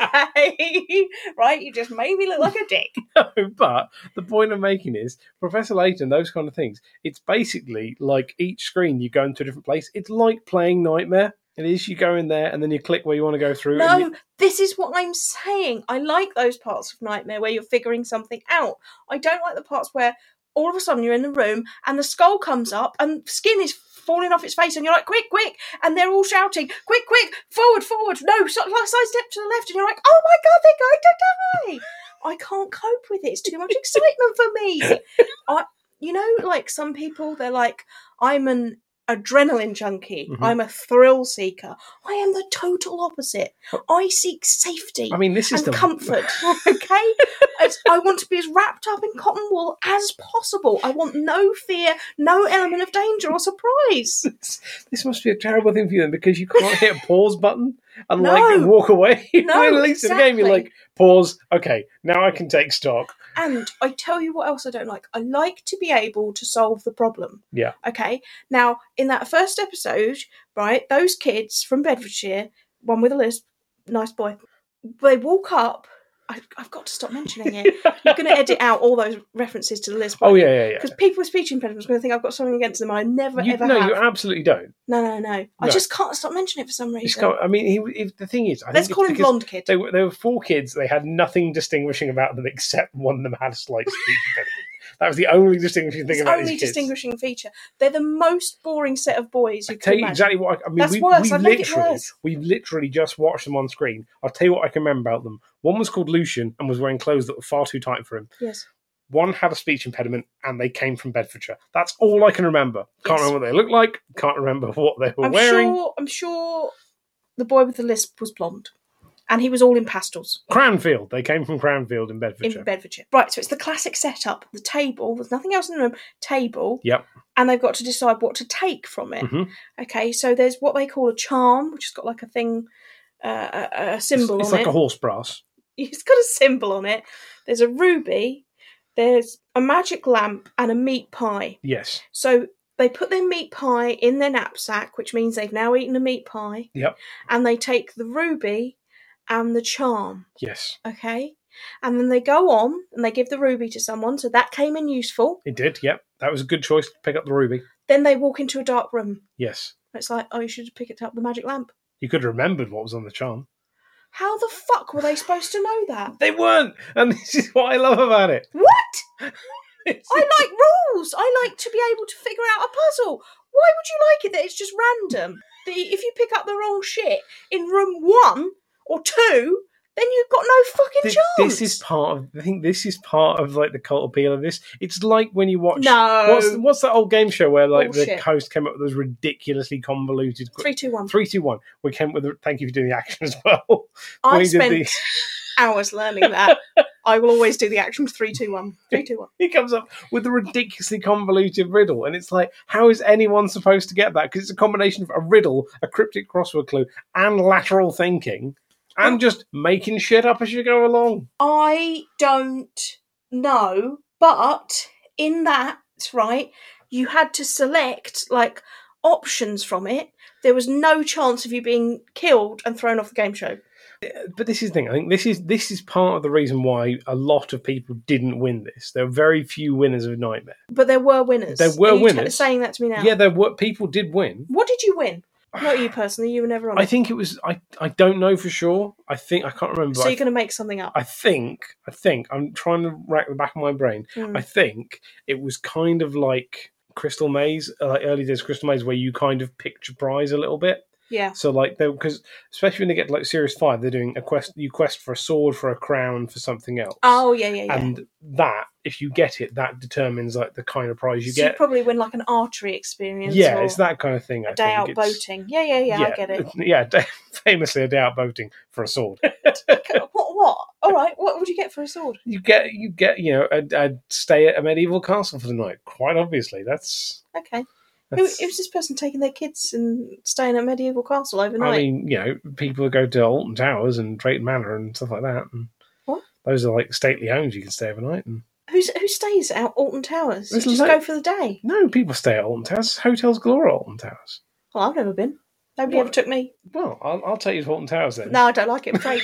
S1: Okay, right? You just made me look like a dick.
S2: No, but the point I'm making is Professor Layton, those kind of things. It's basically like each screen you go into a different place. It's like playing Nightmare. It is you go in there and then you click where you want to go through. and you-
S1: No, this is what I'm saying. I like those parts of Nightmare where you're figuring something out. I don't like the parts where all of a sudden you're in the room and the skull comes up and skin is falling off its face and you're like, quick, quick. And they're all shouting, quick, quick, forward, forward. No, so- like side step to the left. And you're like, oh my God, they're going to die. I can't cope with it. It's too much excitement for me. I, you know, like some people, they're like, I'm an adrenaline junkie.
S2: Mhm.
S1: I'm a thrill seeker. I am the total opposite. I seek safety
S2: I mean, this is
S1: and
S2: the
S1: comfort. Okay, As- I want to be as wrapped up in cotton wool as possible. I want no fear, no element of danger or surprise.
S2: This must be a terrible thing for you then because you can't hit a pause button and like
S1: No.
S2: walk away.
S1: No,
S2: When it leaves the game, you're
S1: exactly.
S2: like pause. Okay, now I can take stock.
S1: And I tell you what else I don't like. I like to be able to solve the problem.
S2: Yeah.
S1: Okay. Now, in that first episode, right, those kids from Bedfordshire, one with a lisp, nice boy, they walk up. I, I've got to stop mentioning it. You're going to edit out all those references to the lisp.
S2: Oh
S1: aren't you?
S2: yeah, yeah, yeah.
S1: because people with speech impediments are going to think I've got something against them. I never
S2: You,
S1: ever
S2: no,
S1: have.
S2: you absolutely don't.
S1: no, no, no, I
S2: No.
S1: just can't stop mentioning it for some
S2: It's
S1: reason.
S2: kind of- I mean, he, if, the thing is, I
S1: Let's
S2: think
S1: call
S2: it's
S1: him
S2: because
S1: blonde kid.
S2: They were, they were four kids. They had nothing distinguishing about them except one of them had a slight speech impediment. That was the only distinguishing thing
S1: It's
S2: about
S1: only
S2: these kids.
S1: distinguishing feature. They're the most boring set of boys you
S2: I tell
S1: can
S2: you
S1: imagine.
S2: exactly what I, I mean.
S1: That's
S2: we,
S1: worse.
S2: we
S1: I'd make it
S2: literally,
S1: worse.
S2: we literally just watched them on screen. I'll tell you what I can remember about them. One was called Lucian and was wearing clothes that were far too tight for him.
S1: Yes,
S2: One had a speech impediment and they came from Bedfordshire. That's all I can remember. Can't
S1: Yes.
S2: remember what they looked like. Can't remember what they were
S1: I'm
S2: wearing.
S1: sure. I'm sure the boy with the lisp was blonde, and he was all in pastels.
S2: Cranfield. They came from Cranfield in Bedfordshire.
S1: In Bedfordshire. Right, so it's the classic setup the table, there's nothing else in the room, table.
S2: Yep.
S1: And they've got to decide what to take from it.
S2: Mhm.
S1: Okay, so there's what they call a charm, which has got like a thing, uh, a- a, a
S2: It's-
S1: symbol
S2: it's,
S1: on
S2: like
S1: it.
S2: a horse brass.
S1: it's got a symbol on it. There's a ruby, there's a magic lamp, and a meat pie.
S2: Yes.
S1: So they put their meat pie in their knapsack, which means they've now eaten a meat pie.
S2: Yep.
S1: And they take the ruby and the charm.
S2: Yes.
S1: Okay. And then they go on and they give the ruby to someone. So that came in useful.
S2: It did. Yep. That was a good choice to pick up the ruby.
S1: Then they walk into a dark room.
S2: Yes.
S1: It's like, oh, you should have picked up the magic lamp.
S2: You could have remembered what was on the charm.
S1: How the fuck were they supposed to know that?
S2: They weren't. And this is what I love about it.
S1: What?
S2: It's-
S1: I like rules. I like to be able to figure out a puzzle. Why would you like it that it's just random? That if you pick up the wrong shit in room one or two, then you've got no fucking
S2: This,
S1: chance.
S2: this is part of. I think this is part of like the cult appeal of this. It's like when you watch.
S1: no.
S2: What's what's that old game show where like the
S1: Bullshit.
S2: host came up with those ridiculously convoluted
S1: Three, two, one.
S2: three two one? We came up with. the- Thank you for doing the action as well.
S1: I
S2: we did
S1: spent
S2: the-
S1: hours learning that. I will always do the action three, two, one. Three, two, one.
S2: he comes up with a ridiculously convoluted riddle, and it's like, how is anyone supposed to get that? Because it's a combination of a riddle, a cryptic crossword clue, and lateral thinking, and just making shit up as you go along.
S1: I don't No, but in that, right, you had to select like options from it. There was no chance of you being killed and thrown off the game show.
S2: But this is the thing. I think this is this is part of the reason why a lot of people didn't win this. There are very few winners of Nightmare.
S1: But there were winners.
S2: There were
S1: Are you t-
S2: winners.
S1: saying that to me now.
S2: Yeah, there were people did win.
S1: What did you win? Not you personally. You were never on.
S2: I
S1: it.
S2: think it was. I I don't know for sure. I think I can't remember.
S1: so
S2: I
S1: you're going to make something up.
S2: I think, I think, I'm trying to rack the back of my brain.
S1: Mm.
S2: I think it was kind of like Crystal Maze, uh, like early days of Crystal Maze, where you kind of picture prize a little bit.
S1: yeah.
S2: So like, because especially when they get to like Series Five, they're doing a quest. You quest for a sword, for a crown, for something else.
S1: Oh yeah, yeah, yeah.
S2: and that if you get it, that determines like the kind of prize you
S1: so
S2: get.
S1: you probably win like an archery experience.
S2: yeah,
S1: or
S2: it's that kind of thing. I
S1: A day
S2: think.
S1: out
S2: It's-
S1: boating. Yeah, yeah, yeah, I get it.
S2: Yeah, famously a day out boating for a sword.
S1: what? What? All right. What would you get for a sword?
S2: you get you get you know a, a stay at a medieval castle for the night. Quite obviously, that's.
S1: Okay. Who
S2: that's
S1: who's this person taking their kids and staying at a medieval castle overnight?
S2: I mean, you know, people go to Alton Towers and Drayton Manor and stuff like that. And
S1: What?
S2: Those are like stately homes you can stay overnight. And
S1: Who's who stays at Alton Towers?
S2: There's
S1: just
S2: lo-
S1: go for the day.
S2: no, people stay at Alton Towers. Hotels galore at Alton Towers.
S1: Well, I've never been. Nobody
S2: What?
S1: ever took me.
S2: Well, I'll, I'll take you to Alton Towers then.
S1: No, I don't like it. I'm afraid.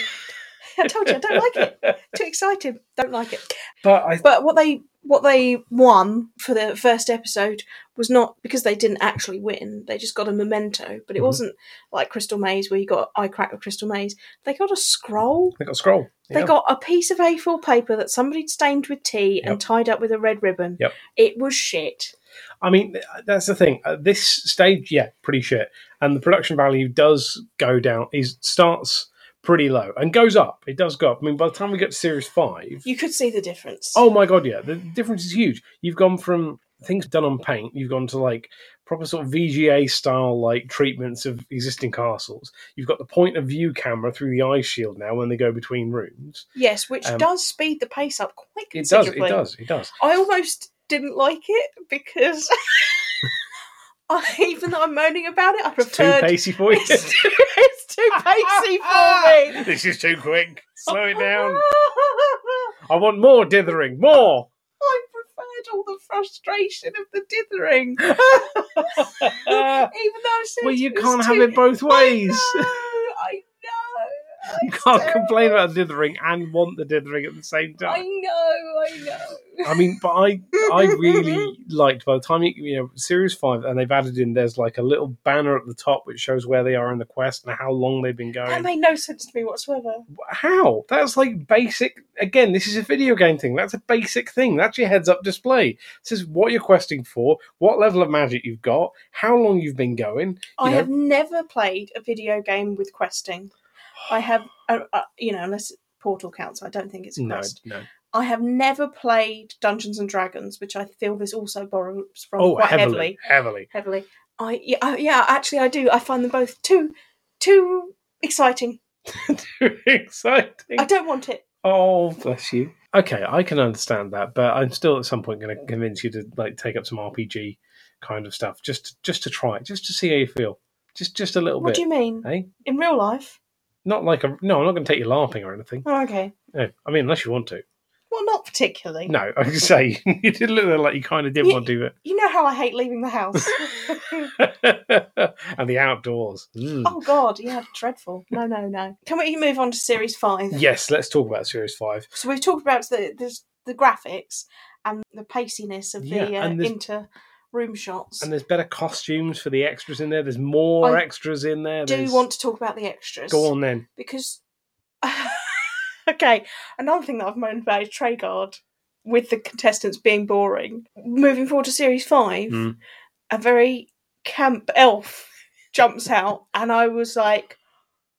S1: I told you I don't like it. Too excited. Don't like it.
S2: But I
S1: But what they what they won for the first episode was not because they didn't actually win. They just got a memento. But it
S2: Mhm.
S1: wasn't like Crystal Maze where you got eye crack with Crystal Maze. They got a scroll.
S2: they got a scroll.
S1: They
S2: yeah.
S1: got a piece of A4 paper that somebody stained with tea
S2: Yep.
S1: and tied up with a red ribbon.
S2: Yep.
S1: It was shit.
S2: I mean, th- that's the thing. At this stage, yeah, pretty shit. And the production value does go down. Is starts pretty low and goes up. It does go up. I mean, by the time we get to series five,
S1: You could see the difference.
S2: oh my god, yeah, the difference is huge. You've gone from things done on paint. You've gone to like proper sort of VGA style like treatments of existing castles. You've got the point of view camera through the eye shield now when they go between rooms.
S1: yes, which
S2: um,
S1: does speed the pace up quite
S2: It does.
S1: considerably.
S2: It does. It does.
S1: I almost didn't like it because I, even though I'm moaning about it, I
S2: It's too
S1: preferred
S2: pacey for you.
S1: it's too, it's too pacey for me.
S2: this is too quick. Slow
S1: Oh,
S2: it down. I want more dithering, more.
S1: I preferred all the frustration of the dithering. Even
S2: Uh,
S1: though
S2: well,
S1: I said
S2: you
S1: was
S2: can't have
S1: too-
S2: it both ways.
S1: I know. I know.
S2: You
S1: It's
S2: can't
S1: terrible.
S2: complain about dithering and want the dithering at the same
S1: I
S2: time.
S1: know. I know.
S2: I mean, but I, I really liked by the time you, you know series five, and they've added in there's like a little banner at the top which shows where they are in the quest and how long they've been
S1: That
S2: going.
S1: made no sense to me whatsoever.
S2: how? That's like basic. Again, this is a video game thing. That's a basic thing. That's your heads up display. It says what you're questing for, what level of magic you've got, how long you've been going.
S1: I
S2: know?
S1: have never played a video game with questing. I have, uh, uh, you know, unless Portal counts, I don't think it's a
S2: No,
S1: quest.
S2: no.
S1: I have never played Dungeons and Dragons, which I feel this also borrows from
S2: Oh,
S1: quite
S2: heavily,
S1: heavily.
S2: heavily.
S1: Heavily, I yeah, I- yeah, actually, I do. I find them both too, too exciting.
S2: Too exciting.
S1: I don't want it.
S2: Oh, bless you. Okay, I can understand that, but I'm still at some point going to convince you to like take up some RPG kind of stuff just to, just to try it, just to see how you feel, just just a little
S1: What do
S2: bit.
S1: you mean
S2: eh?
S1: in real life?
S2: Not like a no. I'm not going to take you LARPing or anything.
S1: Oh, okay.
S2: No, I mean unless you want to.
S1: Well, not particularly.
S2: No, I can say you did look like you kind of did
S1: You-
S2: want to do it.
S1: You know how I hate leaving the house.
S2: and the outdoors. Mm.
S1: oh God, yeah, dreadful. No, no, no. Can we move on to series five?
S2: Yes, let's talk about Series Five.
S1: So we've talked about the the, the graphics and the paciness of the
S2: Yeah,
S1: uh,
S2: and there's-
S1: inter room shots.
S2: And there's better costumes for the extras in there. There's more
S1: I
S2: extras in there.
S1: do
S2: There's-
S1: want to talk about the extras.
S2: Go on then.
S1: Because okay, another thing that I've moaned about is Treyguard with the contestants being boring. Moving forward to series five,
S2: Mm.
S1: a very camp elf jumps out, and I was like,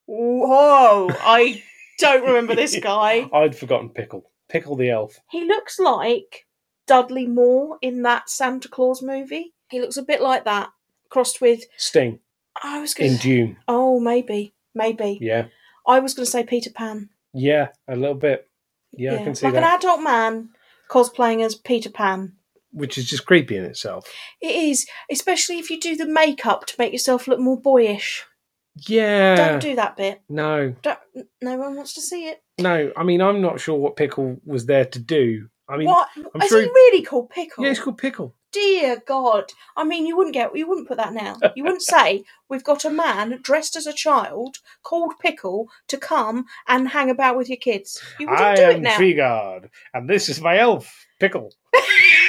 S1: "Whoa!" I don't remember this guy.
S2: I'd forgotten Pickle. Pickle the elf.
S1: He looks like Dudley Moore in that Santa Claus movie. He looks a bit like that, crossed with.
S2: Sting
S1: I was going.
S2: in
S1: to
S2: June.
S1: Oh, maybe, maybe.
S2: Yeah.
S1: I was going to say Peter Pan.
S2: Yeah, a little bit. Yeah, I can see
S1: like
S2: that.
S1: an adult man cosplaying as Peter Pan.
S2: Which is just creepy in itself.
S1: It is, especially if you do the makeup to make yourself look more boyish.
S2: Yeah.
S1: Don't do that bit.
S2: no,
S1: Don't, no one wants to see it.
S2: no. I mean, I'm not sure what Pickle was there to do. I mean,
S1: what
S2: I'm
S1: is
S2: sure
S1: he
S2: he-
S1: really called Pickle?
S2: yeah, it's called Pickle.
S1: Dear God, I mean, you wouldn't get, you wouldn't put that now. You wouldn't say we've got a man dressed as a child called Pickle to come and hang about with your kids. You wouldn't
S2: I
S1: do
S2: am
S1: it now.
S2: Trigard, and this is my elf, Pickle.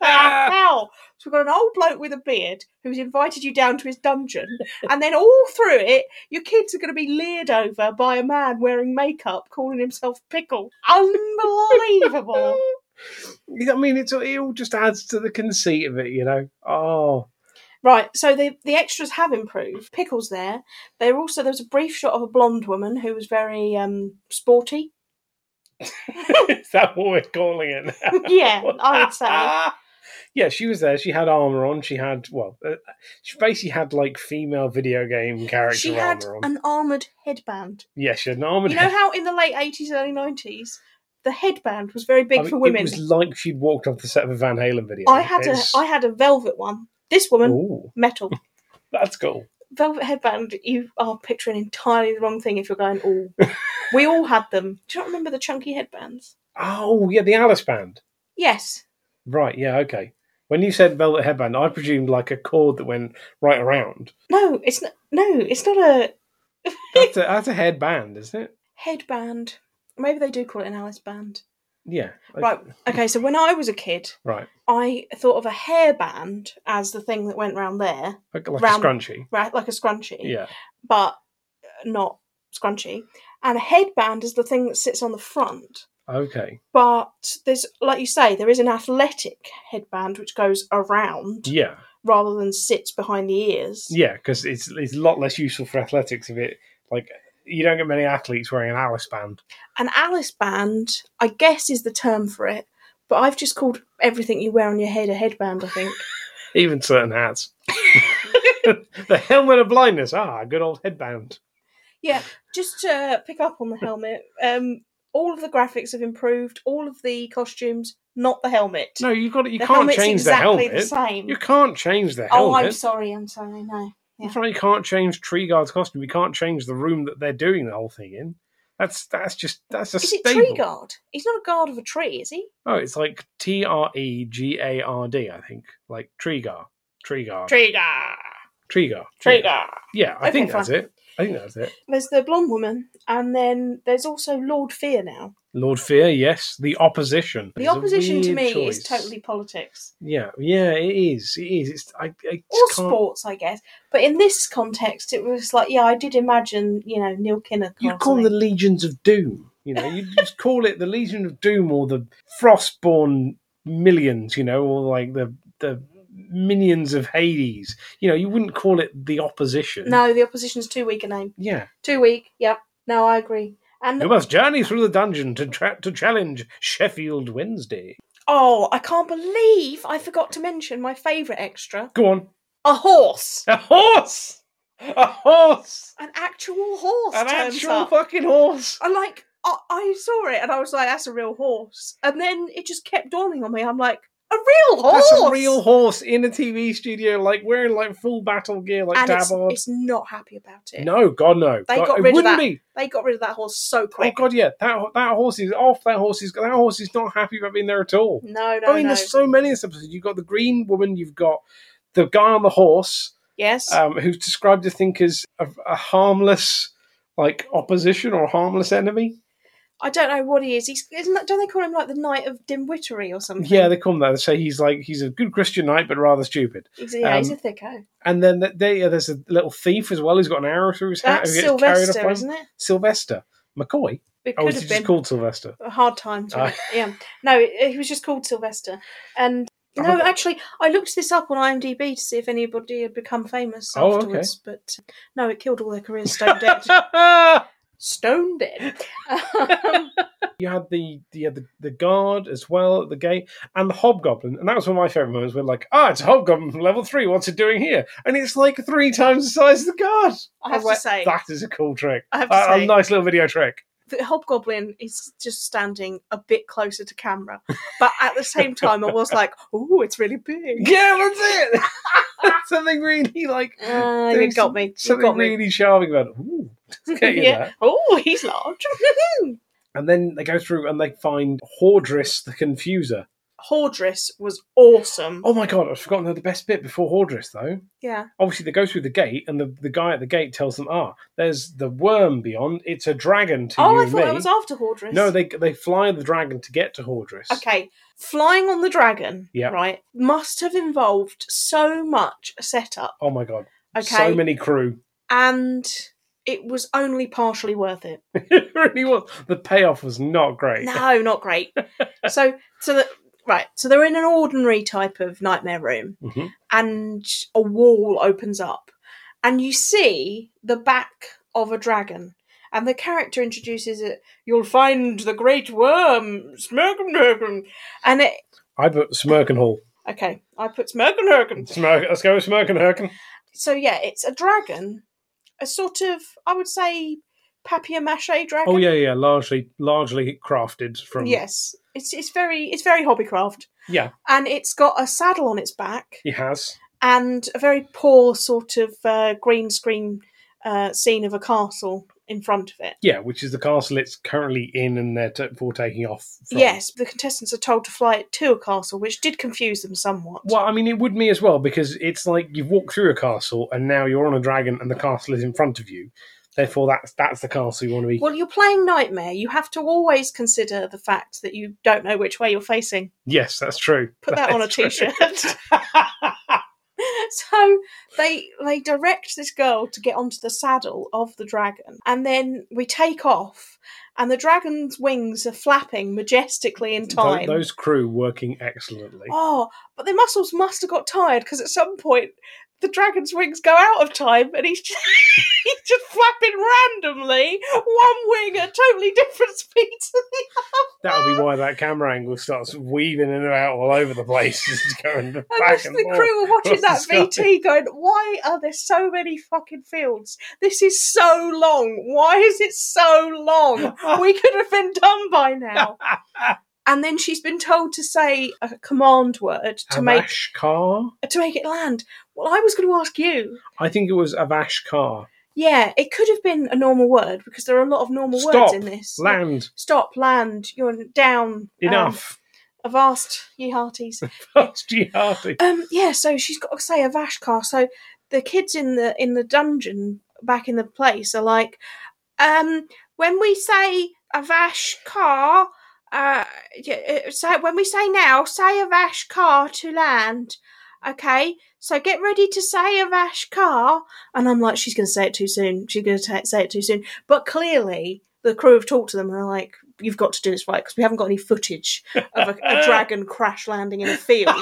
S1: How? So we've got an old bloke with a beard who's invited you down to his dungeon, and then all through it, your kids are going to be leered over by a man wearing makeup calling himself Pickle. Unbelievable.
S2: I mean, it's it all just adds to the conceit of it, you know. Oh,
S1: Right, so the the extras have improved. Pickles there. There also there was a brief shot of a blonde woman who was very um sporty.
S2: is that what we're calling it? Now?
S1: Yeah, I would say.
S2: yeah, she was there. She had armor on. She had well, uh, she basically had like female video game character
S1: She
S2: armor
S1: had
S2: on.
S1: an armoured headband.
S2: yeah, she had an armored.
S1: You know how in the late eighties, early nineties, the headband was very big
S2: I mean,
S1: for women.
S2: It was like she'd walked off the set of a Van Halen video.
S1: I had a
S2: It's-
S1: I had a velvet one. This woman
S2: Ooh,
S1: metal.
S2: that's cool.
S1: Velvet headband, you are picturing entirely the wrong thing if you're going, oh we all had them. Do you not remember the chunky headbands?
S2: Oh yeah, the Alice band.
S1: Yes.
S2: Right. Yeah. Okay. When you said velvet headband, I presumed like a cord that went right around.
S1: No, it's not no, it's not a
S2: That's a, that's a headband, isn't it?
S1: headband. Maybe they do call it an Alice band.
S2: Yeah. I-
S1: Right. Okay. So when I was a kid,
S2: Right.
S1: I thought of a hairband as the thing that went round there,
S2: Like, like
S1: Round-
S2: a scrunchie.
S1: right, like a scrunchie,
S2: Yeah.
S1: but uh, not scrunchy. And a headband is the thing that sits on the front.
S2: Okay.
S1: But there's, like you say, there is an athletic headband which goes around
S2: Yeah.
S1: rather than sits behind the ears.
S2: Yeah. Because it's it's a lot less useful for athletics if it like you don't get many athletes wearing an Alice band.
S1: an Alice band, I guess, is the term for it. But I've just called everything you wear on your head a headband. I think.
S2: Even certain hats. the helmet of blindness. Ah, good old headband.
S1: Yeah, just to pick up on the helmet, um, all of the graphics have improved. All of the costumes, not the helmet.
S2: No, you got You
S1: the
S2: can't
S1: helmet's
S2: change
S1: exactly
S2: the helmet.
S1: the same.
S2: You can't change the
S1: oh,
S2: helmet.
S1: I'm sorry. I'm sorry. No. yeah.
S2: That's right, You can't change Tree Guard's costume. You can't change the room that they're doing the whole thing in. That's that's just that's a
S1: Is it
S2: staple.
S1: tree guard? He's not a guard of a tree, is he?
S2: Oh, it's like T R E G A R D, I think. Like Tregar. Tregar.
S1: Tree guard.
S2: Tregar.
S1: Tree
S2: Yeah.
S1: guard.
S2: Yeah, I
S1: Okay,
S2: think that's
S1: fine.
S2: it. I think that's it.
S1: There's the blonde woman, and then there's also Lord Fear now.
S2: Lord Fear, yes. The opposition.
S1: The
S2: It's a
S1: opposition to
S2: weird
S1: me
S2: choice.
S1: is totally politics.
S2: Yeah, yeah, it is. It is. It's I, I just
S1: or
S2: can't-
S1: sports, I guess. But in this context, it was like, yeah, I did imagine, you know, Neil Kinnock.
S2: You'd
S1: or
S2: call them
S1: something.
S2: the Legions of Doom. You know, you just call it the Legion of Doom or the Frostborn Millions. You know, or like the the minions of Hades. You know, you wouldn't call it the opposition.
S1: no, the opposition's too weak a name.
S2: Yeah.
S1: Too weak. Yep. No, I agree. And
S2: You must journey through the dungeon to tra- to challenge Sheffield Wednesday.
S1: oh, I can't believe I forgot to mention my favourite extra:
S2: Go on,
S1: a horse,
S2: a horse, a horse,
S1: an actual horse.
S2: an
S1: turns
S2: actual
S1: up.
S2: fucking horse.
S1: I like. I, I saw it and I was like, that's a real horse. And then it just kept dawning on me. I'm like, a real horse.
S2: That's a real horse in a TV studio, like wearing like full battle gear, like
S1: And it's,
S2: Davard.
S1: it's not happy about it.
S2: No, God, no.
S1: They
S2: God,
S1: got
S2: it
S1: rid of
S2: wouldn't
S1: that
S2: be.
S1: They got rid of that horse so
S2: Oh
S1: quick.
S2: God, yeah. That that horse is off. That horse is that horse is not happy about being there at all.
S1: No, no,
S2: I mean,
S1: no.
S2: there's so many in this episode. You've got the green woman. You've got the guy on the horse,
S1: Yes.
S2: um, who's described I think as a, a harmless like opposition or a harmless enemy.
S1: I don't know what he is. He's isn't that, don't they call him like the Knight of Dimwittery or something?
S2: Yeah, they call him that. They say he's like he's a good Christian knight, but rather stupid.
S1: he's, yeah, he's
S2: um,
S1: a thicko.
S2: And then th- they, yeah, there's a little thief as well who's got an arrow through his hat.
S1: That's
S2: who gets carried off
S1: Sylvester,
S2: by-
S1: isn't it?
S2: Sylvester McCoy.
S1: It
S2: Oh,
S1: could
S2: is he
S1: have
S2: just
S1: been
S2: called Sylvester?
S1: a hard time. To
S2: Ah.
S1: it. Yeah, no, it- he was just called Sylvester. And no,
S2: Oh.
S1: actually, I looked this up on IMDb to see if anybody had become famous
S2: Oh, okay.
S1: afterwards. But no, it killed all their careers. Stone dead. Stone dead. Um,
S2: You had the you had the, the guard as well at the gate, and the hobgoblin, and that was one of my favorite moments. We're like, ah, it's a hobgoblin from level three. What's it doing here? And it's like three times the size of the guard.
S1: I have
S2: was
S1: to say-
S2: that is a cool trick. Uh,
S1: I have to
S2: A-
S1: say-
S2: a nice little video trick.
S1: the hobgoblin is just standing a bit closer to camera, but at the same time, I was like, "Oh, it's really big."
S2: Yeah, that's it. something really like.
S1: Uh, you
S2: there's
S1: got me. You
S2: Something
S1: got me.
S2: really charming about it. Ooh, let's get you
S1: yeah. Oh, he's large.
S2: And then they go through and they find Hordris the Confuser.
S1: Hordris was awesome.
S2: Oh my god, I've forgotten the best bit before Hordris though.
S1: Yeah.
S2: Obviously, they go through the gate, and the, the guy at the gate tells them, "Ah, there's the worm beyond. It's a dragon to you
S1: Oh, I
S2: and
S1: thought
S2: me."
S1: that was after Hordris.
S2: no, they they fly the dragon to get to Hordris.
S1: Okay, flying on the dragon,
S2: Yeah.
S1: right, must have involved so much setup,
S2: Oh my god.
S1: okay?
S2: So many crew.
S1: and it was only partially worth it.
S2: it really was. The payoff was not great.
S1: No, not great. so, so that right, so they're in an ordinary type of nightmare room,
S2: Mhm.
S1: and a wall opens up, and you see the back of a dragon. And the character introduces it. You'll find the great worm, Smirkenhurken. And it,
S2: I put Smirkenhall.
S1: okay, I put Smirkenhurken.
S2: Smirk. Let's go with Smirkenhurken.
S1: so yeah, it's a dragon, a sort of I would say papier mâché dragon.
S2: Oh yeah, yeah. Largely, largely crafted from.
S1: Yes, it's it's very it's very hobbycraft,
S2: Yeah,
S1: and it's got a saddle on its back
S2: he has.
S1: and a very poor sort of uh, green screen uh, scene of a castle in front of it.
S2: Yeah, which is the castle it's currently in, and they're t- for taking off. From.
S1: Yes, the contestants are told to fly it to a castle, which did confuse them somewhat.
S2: Well, I mean, it would me as well because it's like you've walked through a castle and now you're on a dragon and the castle is in front of you. Therefore, that's that's the castle you want to be.
S1: Well, you're playing Nightmare. You have to always consider the fact that you don't know which way you're facing.
S2: yes, that's true.
S1: Put that on a
S2: That's true.
S1: t-shirt. so they they direct this girl to get onto the saddle of the dragon and then we take off and the dragon's wings are flapping majestically in
S2: Tho-
S1: time
S2: Those crew working excellently.
S1: oh but the muscles must have got tired because at some point the dragon's wings go out of time and he's just, he's just flapping randomly one wing at totally different speeds to the
S2: That'll be why that camera angle starts weaving in and out all over the place, just going back
S1: I wish
S2: and
S1: the
S2: forth.
S1: crew were watching that
S2: across the sky.
S1: VT going, why are there so many fucking fields? This is so long. Why is it so long? We could have been done by now. and then she's been told to say a command word to make
S2: Avashkar?
S1: to make it land. Well, I was going to ask you.
S2: I think it was Avashkar.
S1: Yeah, it could have been a normal word because there are a lot of normal words
S2: Stop.
S1: in this.
S2: Land.
S1: Stop, land, you're down.
S2: Enough.
S1: Um, avast, ye hearties.
S2: That's jihadi.
S1: Um, yeah, so she's got to say a Vashkar. So the kids in the in the dungeon back in the place are like, um, when we say a Vashkar, uh, yeah, uh, so when we say now, say a Vashkar to land. Okay, so get ready to say a Vashkar, and I'm like, she's going to say it too soon. She's going to say it too soon. But clearly, the crew have talked to them and they're like, "You've got to do this right because we haven't got any footage of a, a dragon crash landing in a field."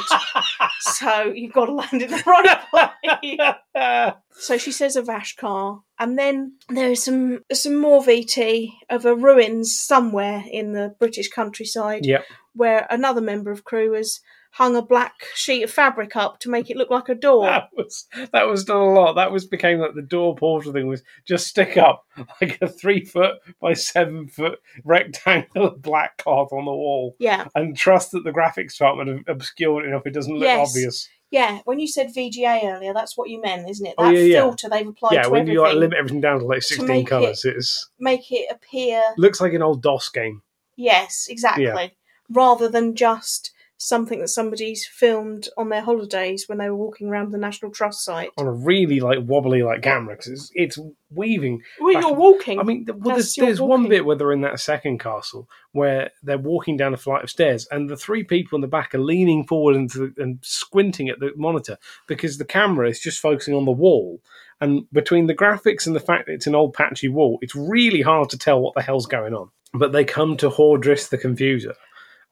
S1: so you've got to land in the right place. so she says a vash car, and then there is some some more VT of a ruins somewhere in the British countryside
S2: yep.
S1: where another member of crew has hung a black sheet of fabric up to make it look like a door.
S2: That was that was done a lot. That was became like the door portal thing was just stick up like a three foot by seven foot rectangular black cloth on the wall
S1: yeah,
S2: and trust that the graphics department have obscured it enough it doesn't look
S1: Yes.
S2: obvious.
S1: yeah. When you said VGA earlier, that's what you meant, isn't it? That
S2: Oh, yeah, yeah.
S1: filter they've applied
S2: yeah,
S1: to
S2: when
S1: everything,
S2: you like limit everything down to like
S1: make
S2: sixteen
S1: it-
S2: colours, it's
S1: make it appear.
S2: looks like an old DOS game.
S1: Yes, exactly.
S2: Yeah.
S1: Rather than just something that somebody's filmed on their holidays when they were walking around the National Trust site.
S2: On a really like wobbly like camera because it's it's weaving
S1: Well,
S2: back-
S1: you're walking.
S2: I mean, th- well,
S1: That's
S2: there's,
S1: your
S2: there's one
S1: walking.
S2: bit where they're in that second castle where they're walking down a flight of stairs, and the three people in the back are leaning forward into the, and squinting at the monitor because the camera is just focusing on the wall. And between the graphics and the fact that it's an old patchy wall, it's really hard to tell what the hell's going on. But they come to Hordris the Confuser,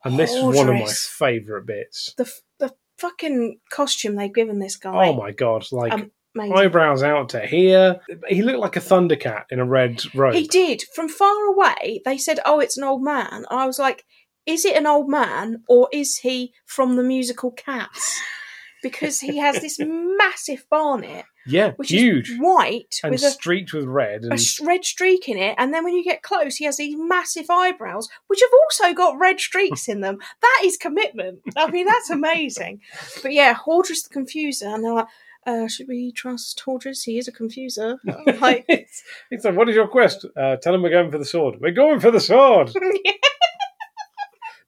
S2: and this is one of my
S1: Hordris.
S2: favourite bits.
S1: the f- the fucking costume they've given this guy.
S2: Oh my god! Like
S1: Um, amazing.
S2: eyebrows out to here. He looked like a thundercat in a red robe.
S1: He did. From far away, they said, "Oh, it's an old man," and I was like, "Is it an old man or is he from the musical Cats?" Because he has this massive barnet,
S2: yeah,
S1: which
S2: huge.
S1: is white
S2: and
S1: with a
S2: streaked with red.
S1: a
S2: And
S1: s- red streak in it, and then when you get close, he has these massive eyebrows, which have also got red streaks in them. That is commitment. I mean, that's amazing. But yeah, Hordris the Confuser, and they're like, uh, should we trust Tordris? He is a confuser. like,
S2: It's like, what is your quest? Uh, tell him we're going for the sword. We're going for the sword.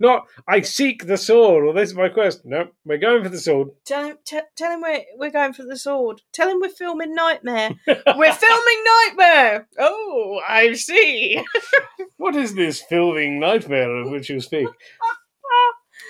S2: Not, I seek the sword, or this is my quest. No, we're going for the sword.
S1: tell him, t- tell him we're, we're going for the sword. Tell him we're filming Nightmare. we're filming Nightmare. Oh, I see.
S2: What is this filming nightmare of which you speak?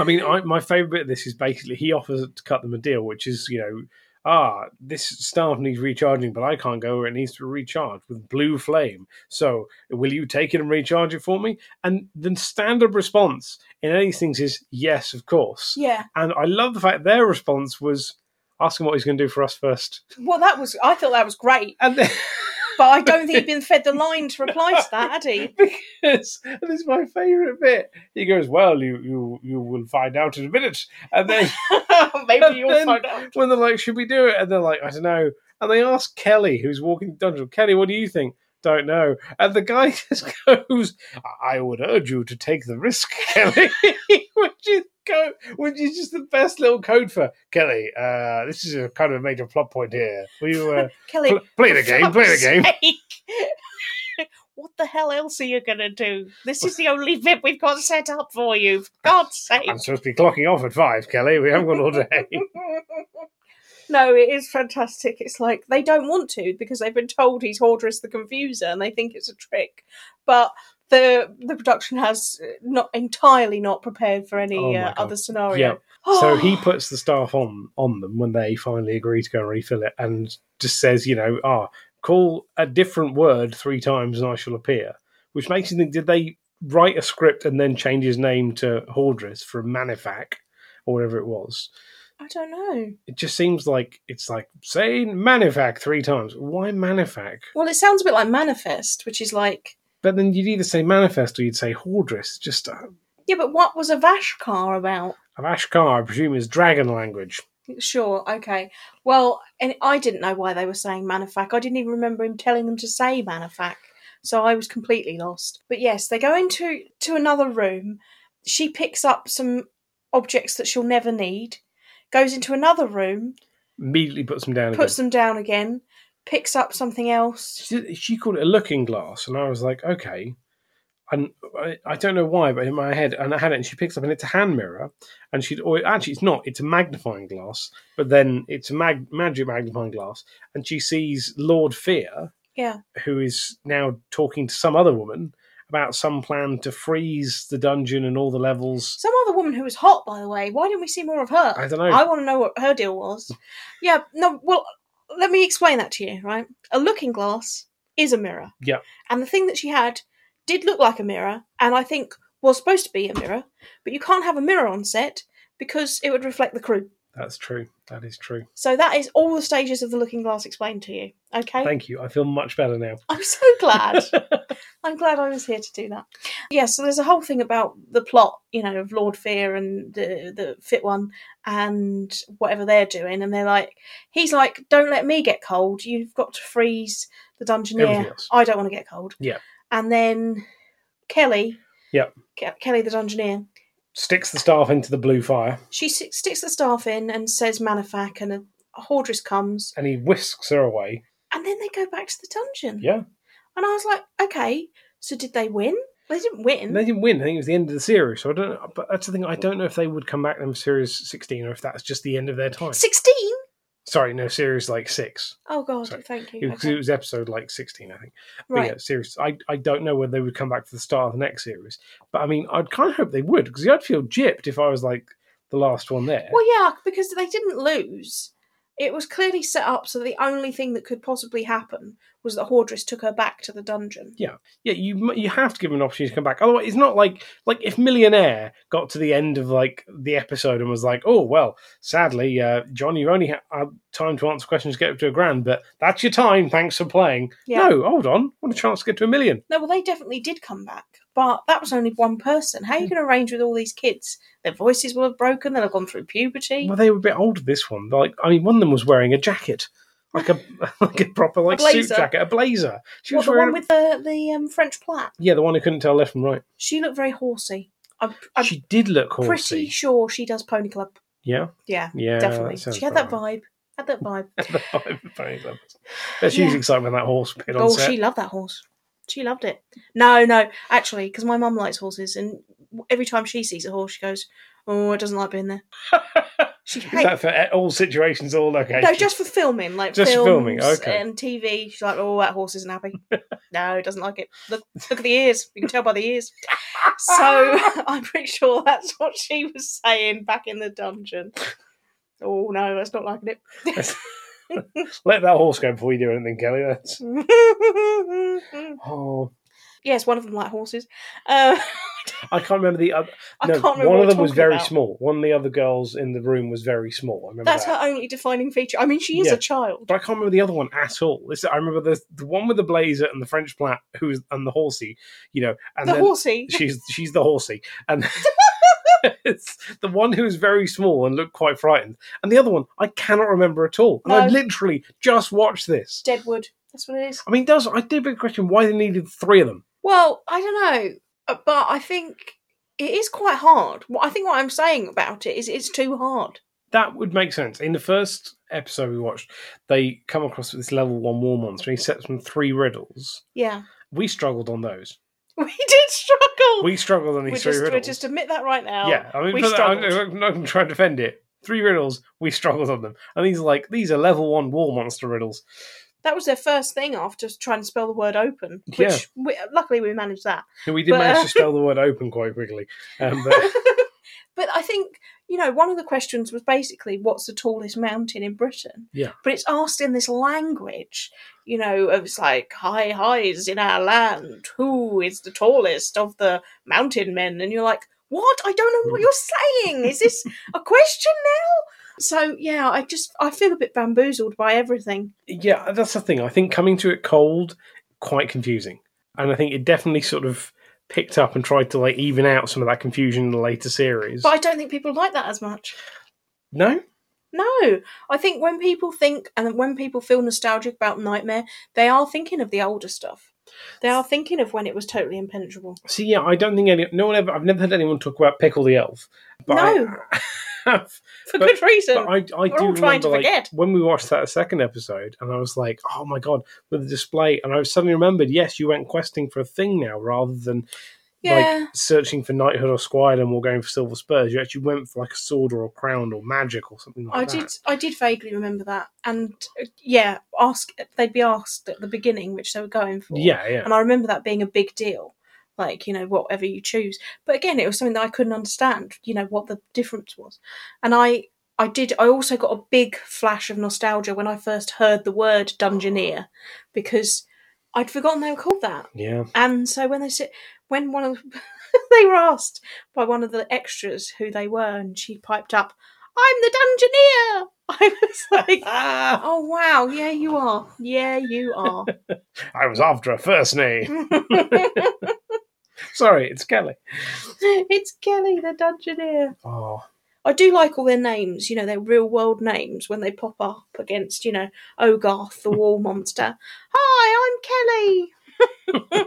S2: I mean, I, my favourite bit of this is basically he offers to cut them a deal, which is, you know, ah, this staff needs recharging, but I can't go where it needs to recharge with blue flame. So will you take it and recharge it for me? And the standard response in any of these things is yes, of course.
S1: Yeah.
S2: And I love the fact their response was ask him what he's going to do for us first.
S1: Well, that was. I thought that was great,
S2: And then.
S1: but I don't think he'd been fed the line to reply to that, had he?
S2: because and it's my favourite bit. He goes, "Well, you you you will find out in a minute." And then
S1: Maybe you'll
S2: Then-
S1: find out.
S2: when they're like, "Should we do it?" and they're like, "I don't know," and they ask Kelly, who's walking the dungeon, "Kelly, what do you think?" Don't know. And the guy just goes, "I I would urge you to take the risk, Kelly," which is go, which is just the best little code for Kelly. Uh, this is a kind of a major plot point here. Will you uh,
S1: Kelly,
S2: pl- play the
S1: for
S2: game? Play the
S1: fuck's
S2: game.
S1: sake. what the hell else are you going to do? This is the only bit we've got set up for you. For God's sake.
S2: I'm supposed to be clocking off at five, Kelly. We haven't got all day.
S1: no, it is fantastic. It's like they don't want to because they've been told he's Hordris the Confuser and they think it's a trick. But the the production has not entirely not prepared for any
S2: Oh my
S1: uh,
S2: God.
S1: other scenario.
S2: Yeah. So he puts the staff on on them when they finally agree to go and refill it, and just says, you know, ah, call a different word three times and I shall appear, which makes you think: Did they write a script and then change his name to Hordris from Manifac or whatever it was?
S1: I don't know.
S2: It just seems like it's like saying Manifac three times. Why Manifac?
S1: Well, it sounds a bit like manifest, which is like
S2: But then you'd either say manifest or you'd say Hordris. Just uh,
S1: yeah, but what was a Vashkar about?
S2: Avashkar, I presume, is dragon language.
S1: Sure, okay. Well, and I didn't know why they were saying Manifac. I didn't even remember him telling them to say Manifac. So I was completely lost. But yes, they go into to another room. She picks up some objects that she'll never need, goes into another room,
S2: Immediately puts them down.
S1: puts
S2: again.
S1: them down again, picks up something else.
S2: she, she called it a looking glass, and I was like, okay. And I, I don't know why, but in my head, and I had it, and she picks up, and it's a hand mirror, and she'd always, actually, it's not, it's a magnifying glass, but then it's a mag, magic magnifying glass, and she sees Lord Fear,
S1: Yeah.
S2: who is now talking to some other woman about some plan to freeze the dungeon and all the levels.
S1: Some other woman who was hot, by the way. Why didn't we see more of her?
S2: I don't know.
S1: I want to know what her deal was. Yeah, no, well, let me explain that to you, right? A looking glass is a mirror.
S2: Yeah.
S1: And the thing that she had did look like a mirror, and I think was supposed to be a mirror, but you can't have a mirror on set because it would reflect the crew.
S2: That's true. That is true.
S1: So that is all the stages of the looking glass explained to you. Okay?
S2: Thank you. I feel much better now.
S1: I'm so glad. I'm glad I was here to do that. Yeah, so there's a whole thing about the plot, you know, of Lord Fear and the the fit one and whatever they're doing, and they're like, he's like, don't let me get cold. You've got to freeze the
S2: Everything
S1: Dungeoneer.
S2: else.
S1: I don't want to get cold.
S2: Yeah.
S1: And then Kelly.
S2: Yeah.
S1: Ke- Kelly the Dungeoneer.
S2: Sticks the staff into the blue fire,
S1: She s- sticks the staff in and says Manifac, and a, a Hordris comes,
S2: and he whisks her away.
S1: and then they go back to the dungeon.
S2: Yeah.
S1: And I was like, okay, so did they win? They didn't win.
S2: They didn't win. I think it was the end of the series. So I don't know. But that's the thing. I don't know if they would come back in series 16 or if that's just the end of their time.
S1: 16?
S2: Sorry, no, series like six.
S1: Oh, God,
S2: Sorry.
S1: thank
S2: It
S1: you.
S2: was,
S1: Okay.
S2: it was episode like 16, I think. But
S1: Right.
S2: yeah, series. I, I don't know whether they would come back to the start of the next series. But I mean, I'd kind of hope they would because I'd feel gypped if I was like the last one there.
S1: Well, yeah, because they didn't lose. It was clearly set up so the only thing that could possibly happen was that Hordris took her back to the dungeon.
S2: yeah, you mu- you have to give them an opportunity to come back. Otherwise, it's not like like if Millionaire got to the end of like the episode and was like, "Oh well, sadly, uh, John, you've only ha- had time to answer questions to get up to a grand, but that's your time. Thanks for playing."
S1: Yeah.
S2: No, hold on, want a chance to get to a million?
S1: No, well, they definitely did come back, but that was only one person. How are you going to arrange with all these kids? Their voices will have broken, they'll have gone through puberty.
S2: Well, they were a bit old. This one, like I mean, one of them was wearing a jacket, like a like a proper like suit
S1: blazer.
S2: jacket, a blazer. She
S1: What,
S2: was
S1: the
S2: wearing
S1: one
S2: a-
S1: with the, the um, French plait?
S2: yeah, the one who couldn't tell left from right.
S1: She looked very horsey. I'm, I'm
S2: she did look
S1: pretty
S2: horsey.
S1: sure she does Pony Club.
S2: yeah,
S1: Yeah,
S2: yeah,
S1: definitely.
S2: that sounds
S1: She had
S2: about
S1: that vibe.
S2: right.
S1: Had that vibe.
S2: That's
S1: Yeah.
S2: usually exciting when that horse appeared on
S1: Oh,
S2: set.
S1: she loved that horse. She loved it. No, no, actually, because my mum likes horses, and every time she sees a horse, she goes, "Oh, it doesn't like being there." She
S2: Is
S1: hates.
S2: that for all situations, all locations?
S1: No, just for filming, like
S2: Just
S1: films
S2: filming, okay.
S1: and TV. She's like, "Oh, that horse isn't happy. no, it doesn't like it. Look, look at the ears. You can tell by the ears." So I'm pretty sure that's what she was saying back in the dungeon. Oh no, that's not liking
S2: Let that horse go before you do anything, Kelly. That's
S1: it.
S2: oh,
S1: yes, one of them like horses. Uh,
S2: I can't remember the other.
S1: I
S2: no,
S1: can't remember.
S2: one
S1: what
S2: of them was
S1: talking
S2: very
S1: about.
S2: small. One of the other girls in the room was very small. I remember
S1: That's
S2: that.
S1: her only defining feature. I mean, she is
S2: Yeah.
S1: a child.
S2: But I can't remember the other one at all. This, I remember the the one with the blazer and the French plat, who was and the horsey, you know, and
S1: the
S2: then
S1: horsey.
S2: she's she's the horsey, and it's the one who was very small and looked quite frightened, and the other one I cannot remember at all. And I
S1: No.
S2: literally just watched this.
S1: Deadwood. That's what it is.
S2: I mean, does I did big question why they needed three of them?
S1: Well, I don't know, uh, but I think it is quite hard. What I think what I'm saying about it is it's too hard.
S2: That would make sense. In the first episode we watched, they come across this level one war monster. and He sets them three riddles.
S1: Yeah,
S2: We struggled on those.
S1: we did struggle.
S2: We struggled on
S1: We'll
S2: these three
S1: just, we'll
S2: riddles.
S1: just admit that right now.
S2: Yeah, I mean,
S1: we
S2: for that- I'm
S1: struggled.
S2: I'm not going to try and defend it. Three riddles, we struggled on them, and these are like these are level one war monster riddles.
S1: That was their first thing after trying to spell the word open, which
S2: Yeah.
S1: we, luckily we managed that.
S2: And we did
S1: But- uh,
S2: manage to spell the word open quite quickly, um, but
S1: But I think, you know, one of the questions was basically what's the tallest mountain in Britain?
S2: Yeah.
S1: But it's asked in this language, you know, of it's like high highs in our land. Who is the tallest of the mountain men? And you're like, what? I don't know what you're saying. Is this a question now? So yeah, I just I feel a bit bamboozled by everything.
S2: yeah, that's the thing. I think coming to it cold, quite confusing, and I think it definitely sort of picked up and tried to like even out some of that confusion in the later series.
S1: But I don't think people like that as much.
S2: no,
S1: No, I think when people think and when people feel nostalgic about Nightmare, they are thinking of the older stuff. They are thinking of when it was totally impenetrable.
S2: see, yeah, I don't think any no one ever. I've never heard anyone talk about Pickle the Elf, but
S1: no,
S2: I have
S1: for
S2: but-
S1: good reason.
S2: But I,
S1: We're
S2: I do
S1: all trying to
S2: remember like,
S1: forget.
S2: when we watched that second episode, and I was like, "Oh my god!" with the display, and I suddenly remembered, yes, you went questing for a thing now rather than
S1: yeah,
S2: like searching for knighthood or squiredom or going for silver spurs. You actually went for like a sword or a crown or magic or something like
S1: I
S2: that.
S1: did. I did vaguely remember that, and uh, yeah, ask they'd be asked at the beginning which they were going for.
S2: Yeah, yeah.
S1: and I remember that being a big deal. Like you know, whatever you choose. But again, it was something that I couldn't understand. You know what the difference was, and I. I did. I also got a big flash of nostalgia when I first heard the word dungeoneer, because I'd forgotten they were called that.
S2: yeah,
S1: And so when they said, when one of they were asked by one of the extras who they were, and she piped up, "I'm the dungeoneer." I was like, "Oh wow, yeah, you are, yeah, you are."
S2: I was after a first name. Sorry, it's Kelly.
S1: it's Kelly, the dungeoneer.
S2: Oh,
S1: I do like all their names, you know, their real world names when they pop up against, you know, Ogarth, the wall monster. Hi, I'm Kelly.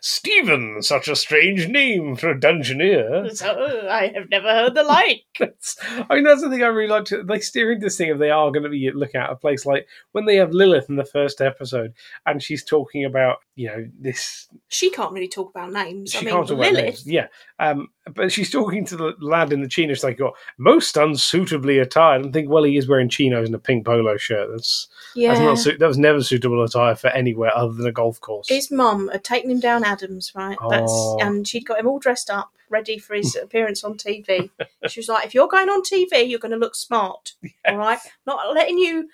S2: Stephen, such a strange name for a dungeoneer.
S1: So, uh, I have never heard the like.
S2: That's, I mean, that's the thing I really liked. They steer into this thing if they are going to be looking at a place like when they have Lilith in the first episode, and she's talking about you know this.
S1: She can't really talk about names.
S2: She
S1: I mean,
S2: can't talk about
S1: Lilith.
S2: names. yeah. Um, but she's talking to the lad in the chinos. They got most unsuitably attired, and think, well, he is wearing chinos and a pink polo shirt. That's
S1: Yeah.
S2: that's not su- that was never suitable attire for anywhere other than a golf course.
S1: his mum had taken him down Adams, right?
S2: Oh.
S1: That's and she'd got him all dressed up, ready for his appearance on TV. she was like, "If you're going on TV, you're going to look smart, all right? Not letting you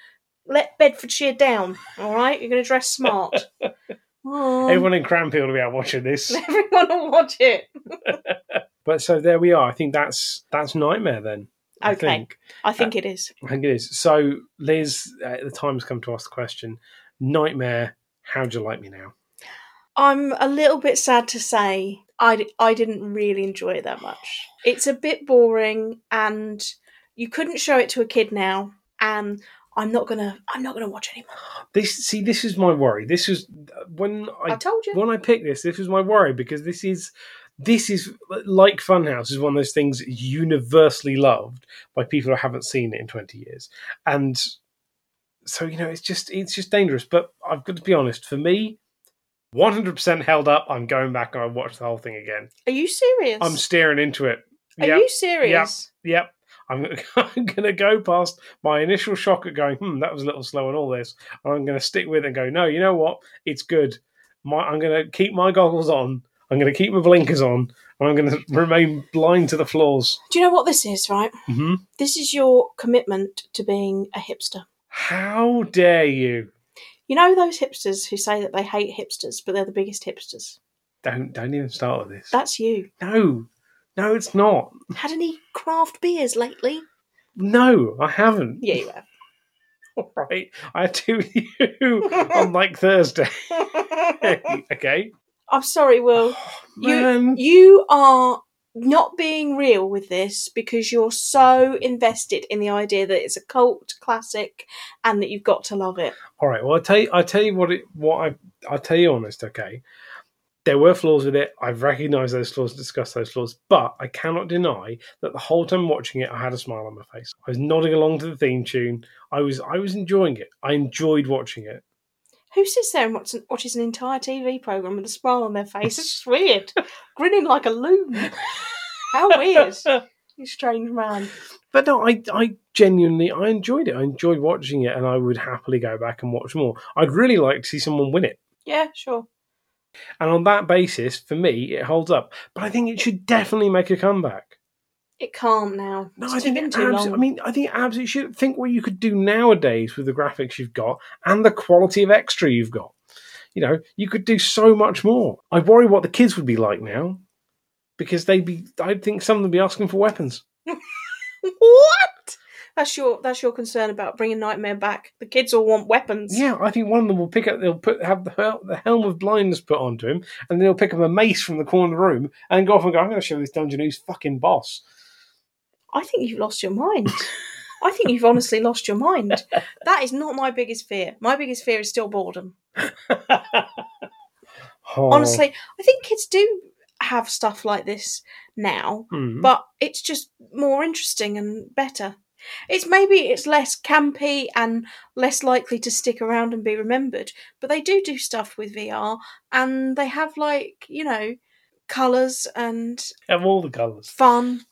S1: let Bedfordshire down, all right? You're going to dress smart." Oh, everyone,
S2: Everyone in Cranfield will be out watching this.
S1: will watch it.
S2: but so there we are. I think that's that's nightmare then. I
S1: Okay.
S2: think.
S1: I think it is.
S2: I think it is. So, Liz, uh, the time has come to ask the question Nightmare, how'd you like me now?
S1: I'm a little bit sad to say I, I didn't really enjoy it that much. It's a bit boring and you couldn't show it to a kid now and I'm not going to I'm not going to watch anymore.
S2: This, see, this is my worry. This is when
S1: I,
S2: I
S1: told you.
S2: when I picked this. This was my worry because this is This is like Funhouse is one of those things universally loved by people who haven't seen it in twenty years, and so you know it's just it's just dangerous. But I've got to be honest, for me, one hundred percent held up. I'm going back and I watch the whole thing again.
S1: Are you serious?
S2: I'm staring into it.
S1: Are
S2: Yep,
S1: you serious?
S2: Yep. I'm, I'm going to go past my initial shock at going, hmm, that was a little slow and all this. And I'm going to stick with it and go, no, you know what? It's good. My, I'm going to keep my goggles on. I'm going to keep my blinkers on. And I'm going to remain blind to the flaws.
S1: Do you know what this is, right?
S2: hmm
S1: This is your commitment to being a hipster.
S2: How dare you?
S1: You know those hipsters who say that they hate hipsters, but they're the biggest hipsters?
S2: Don't don't even start with this.
S1: That's you.
S2: no, no, it's not.
S1: Had any craft beers lately?
S2: No, I haven't.
S1: Yeah, you have.
S2: All right, I had two with you on like Thursday. okay,
S1: I'm sorry, Will.
S2: man.
S1: You you are not being real with this because you're so invested in the idea that it's a cult classic and that you've got to love it.
S2: All right. Well, I tell you, I tell you what it, what I, I'll tell you honest. Okay, there were flaws with it. I've recognised those flaws, discussed those flaws, but I cannot deny that the whole time watching it, I had a smile on my face. I was nodding along to the theme tune. I was, I was enjoying it. I enjoyed watching it.
S1: Who sits there and watches an, watches an entire TV program with a smile on their face? It's just weird, grinning like a loon. How weird, you strange man.
S2: But no, I, I genuinely, I enjoyed it. I enjoyed watching it, and I would happily go back and watch more. I'd really like to see someone win it.
S1: Yeah, sure.
S2: And on that basis, for me, it holds up. But I think it should definitely make a comeback.
S1: It can't now.
S2: No,
S1: It's
S2: I think
S1: been
S2: it
S1: too
S2: abs-
S1: long.
S2: I mean, I think it absolutely should think what you could do nowadays with the graphics you've got and the quality of extra you've got. You know, you could do so much more. I worry what the kids would be like now because they'd be. I think some of them would be asking for weapons.
S1: what? That's your that's your concern about bringing Nightmare back. The kids all want weapons.
S2: Yeah, I think one of them will pick up. They'll put have the hel- the helm of blindness put onto him, and then he'll pick up a mace from the corner of the room and go off and go. I'm going to show this dungeon who's fucking boss.
S1: I think you've lost your mind. I think you've honestly lost your mind. That is not my biggest fear. My biggest fear is still boredom.
S2: Oh.
S1: Honestly, I think kids do have stuff like this now,
S2: Hmm.
S1: but it's just more interesting and better. It's maybe it's less campy and less likely to stick around and be remembered, but they do do stuff with VR and they have like, you know, colors and
S2: have all the colours.
S1: fun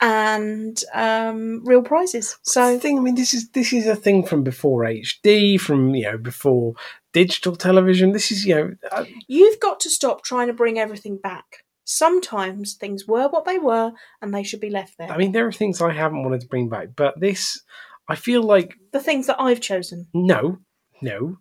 S1: and um, real prizes.
S2: So
S1: So
S2: the thing, I mean, this is this is a thing from before HD, from you know before digital television. This is you know, uh,
S1: you've got to stop trying to bring everything back. Sometimes things were what they were and they should be left there.
S2: I mean, there are things I haven't wanted to bring back, but this, I feel like
S1: the things that I've chosen.
S2: no, no,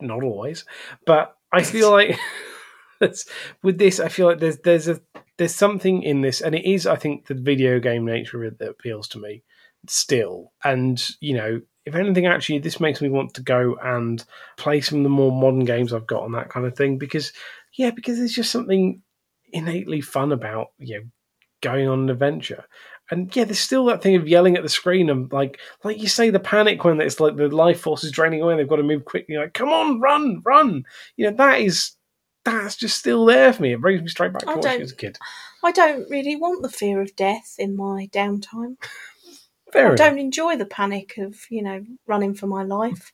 S2: not always, but I feel like it's, with this, I feel like there's there's a there's something in this, and it is, I think, the video game nature of it that appeals to me still, and you know. If anything, actually, this makes me want to go and play some of the more modern games I've got and that kind of thing because, yeah, because there's just something innately fun about you know going on an adventure, and yeah, there's still that thing of yelling at the screen and like like you say, the panic when it's like the life force is draining away and they've got to move quickly. Like, come on, run, run. You know, that is that's just still there for me. It brings me straight back to
S1: I
S2: watching
S1: don't-
S2: as a kid.
S1: I don't really want the fear of death in my downtime.
S2: Fair
S1: I
S2: enough.
S1: don't enjoy the panic of, you know, running for my life.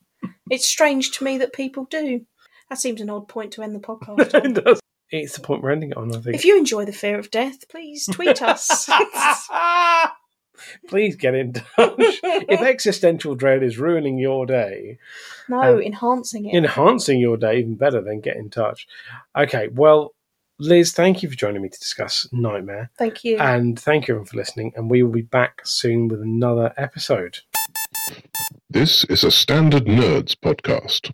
S1: it's strange to me that people do. That seems an odd point to end the podcast on.
S2: It does. It's the point we're ending it on, I think.
S1: If you enjoy the fear of death, please tweet us.
S2: Please get in touch. if existential dread is ruining your day,
S1: no,
S2: Um,
S1: enhancing it.
S2: enhancing your day even better, then get in touch. Okay, well, Liz, thank you for joining me to discuss Nightmare.
S1: Thank you.
S2: And thank you everyone for listening. And we will be back soon with another episode.
S3: This is a Standard Nerds podcast.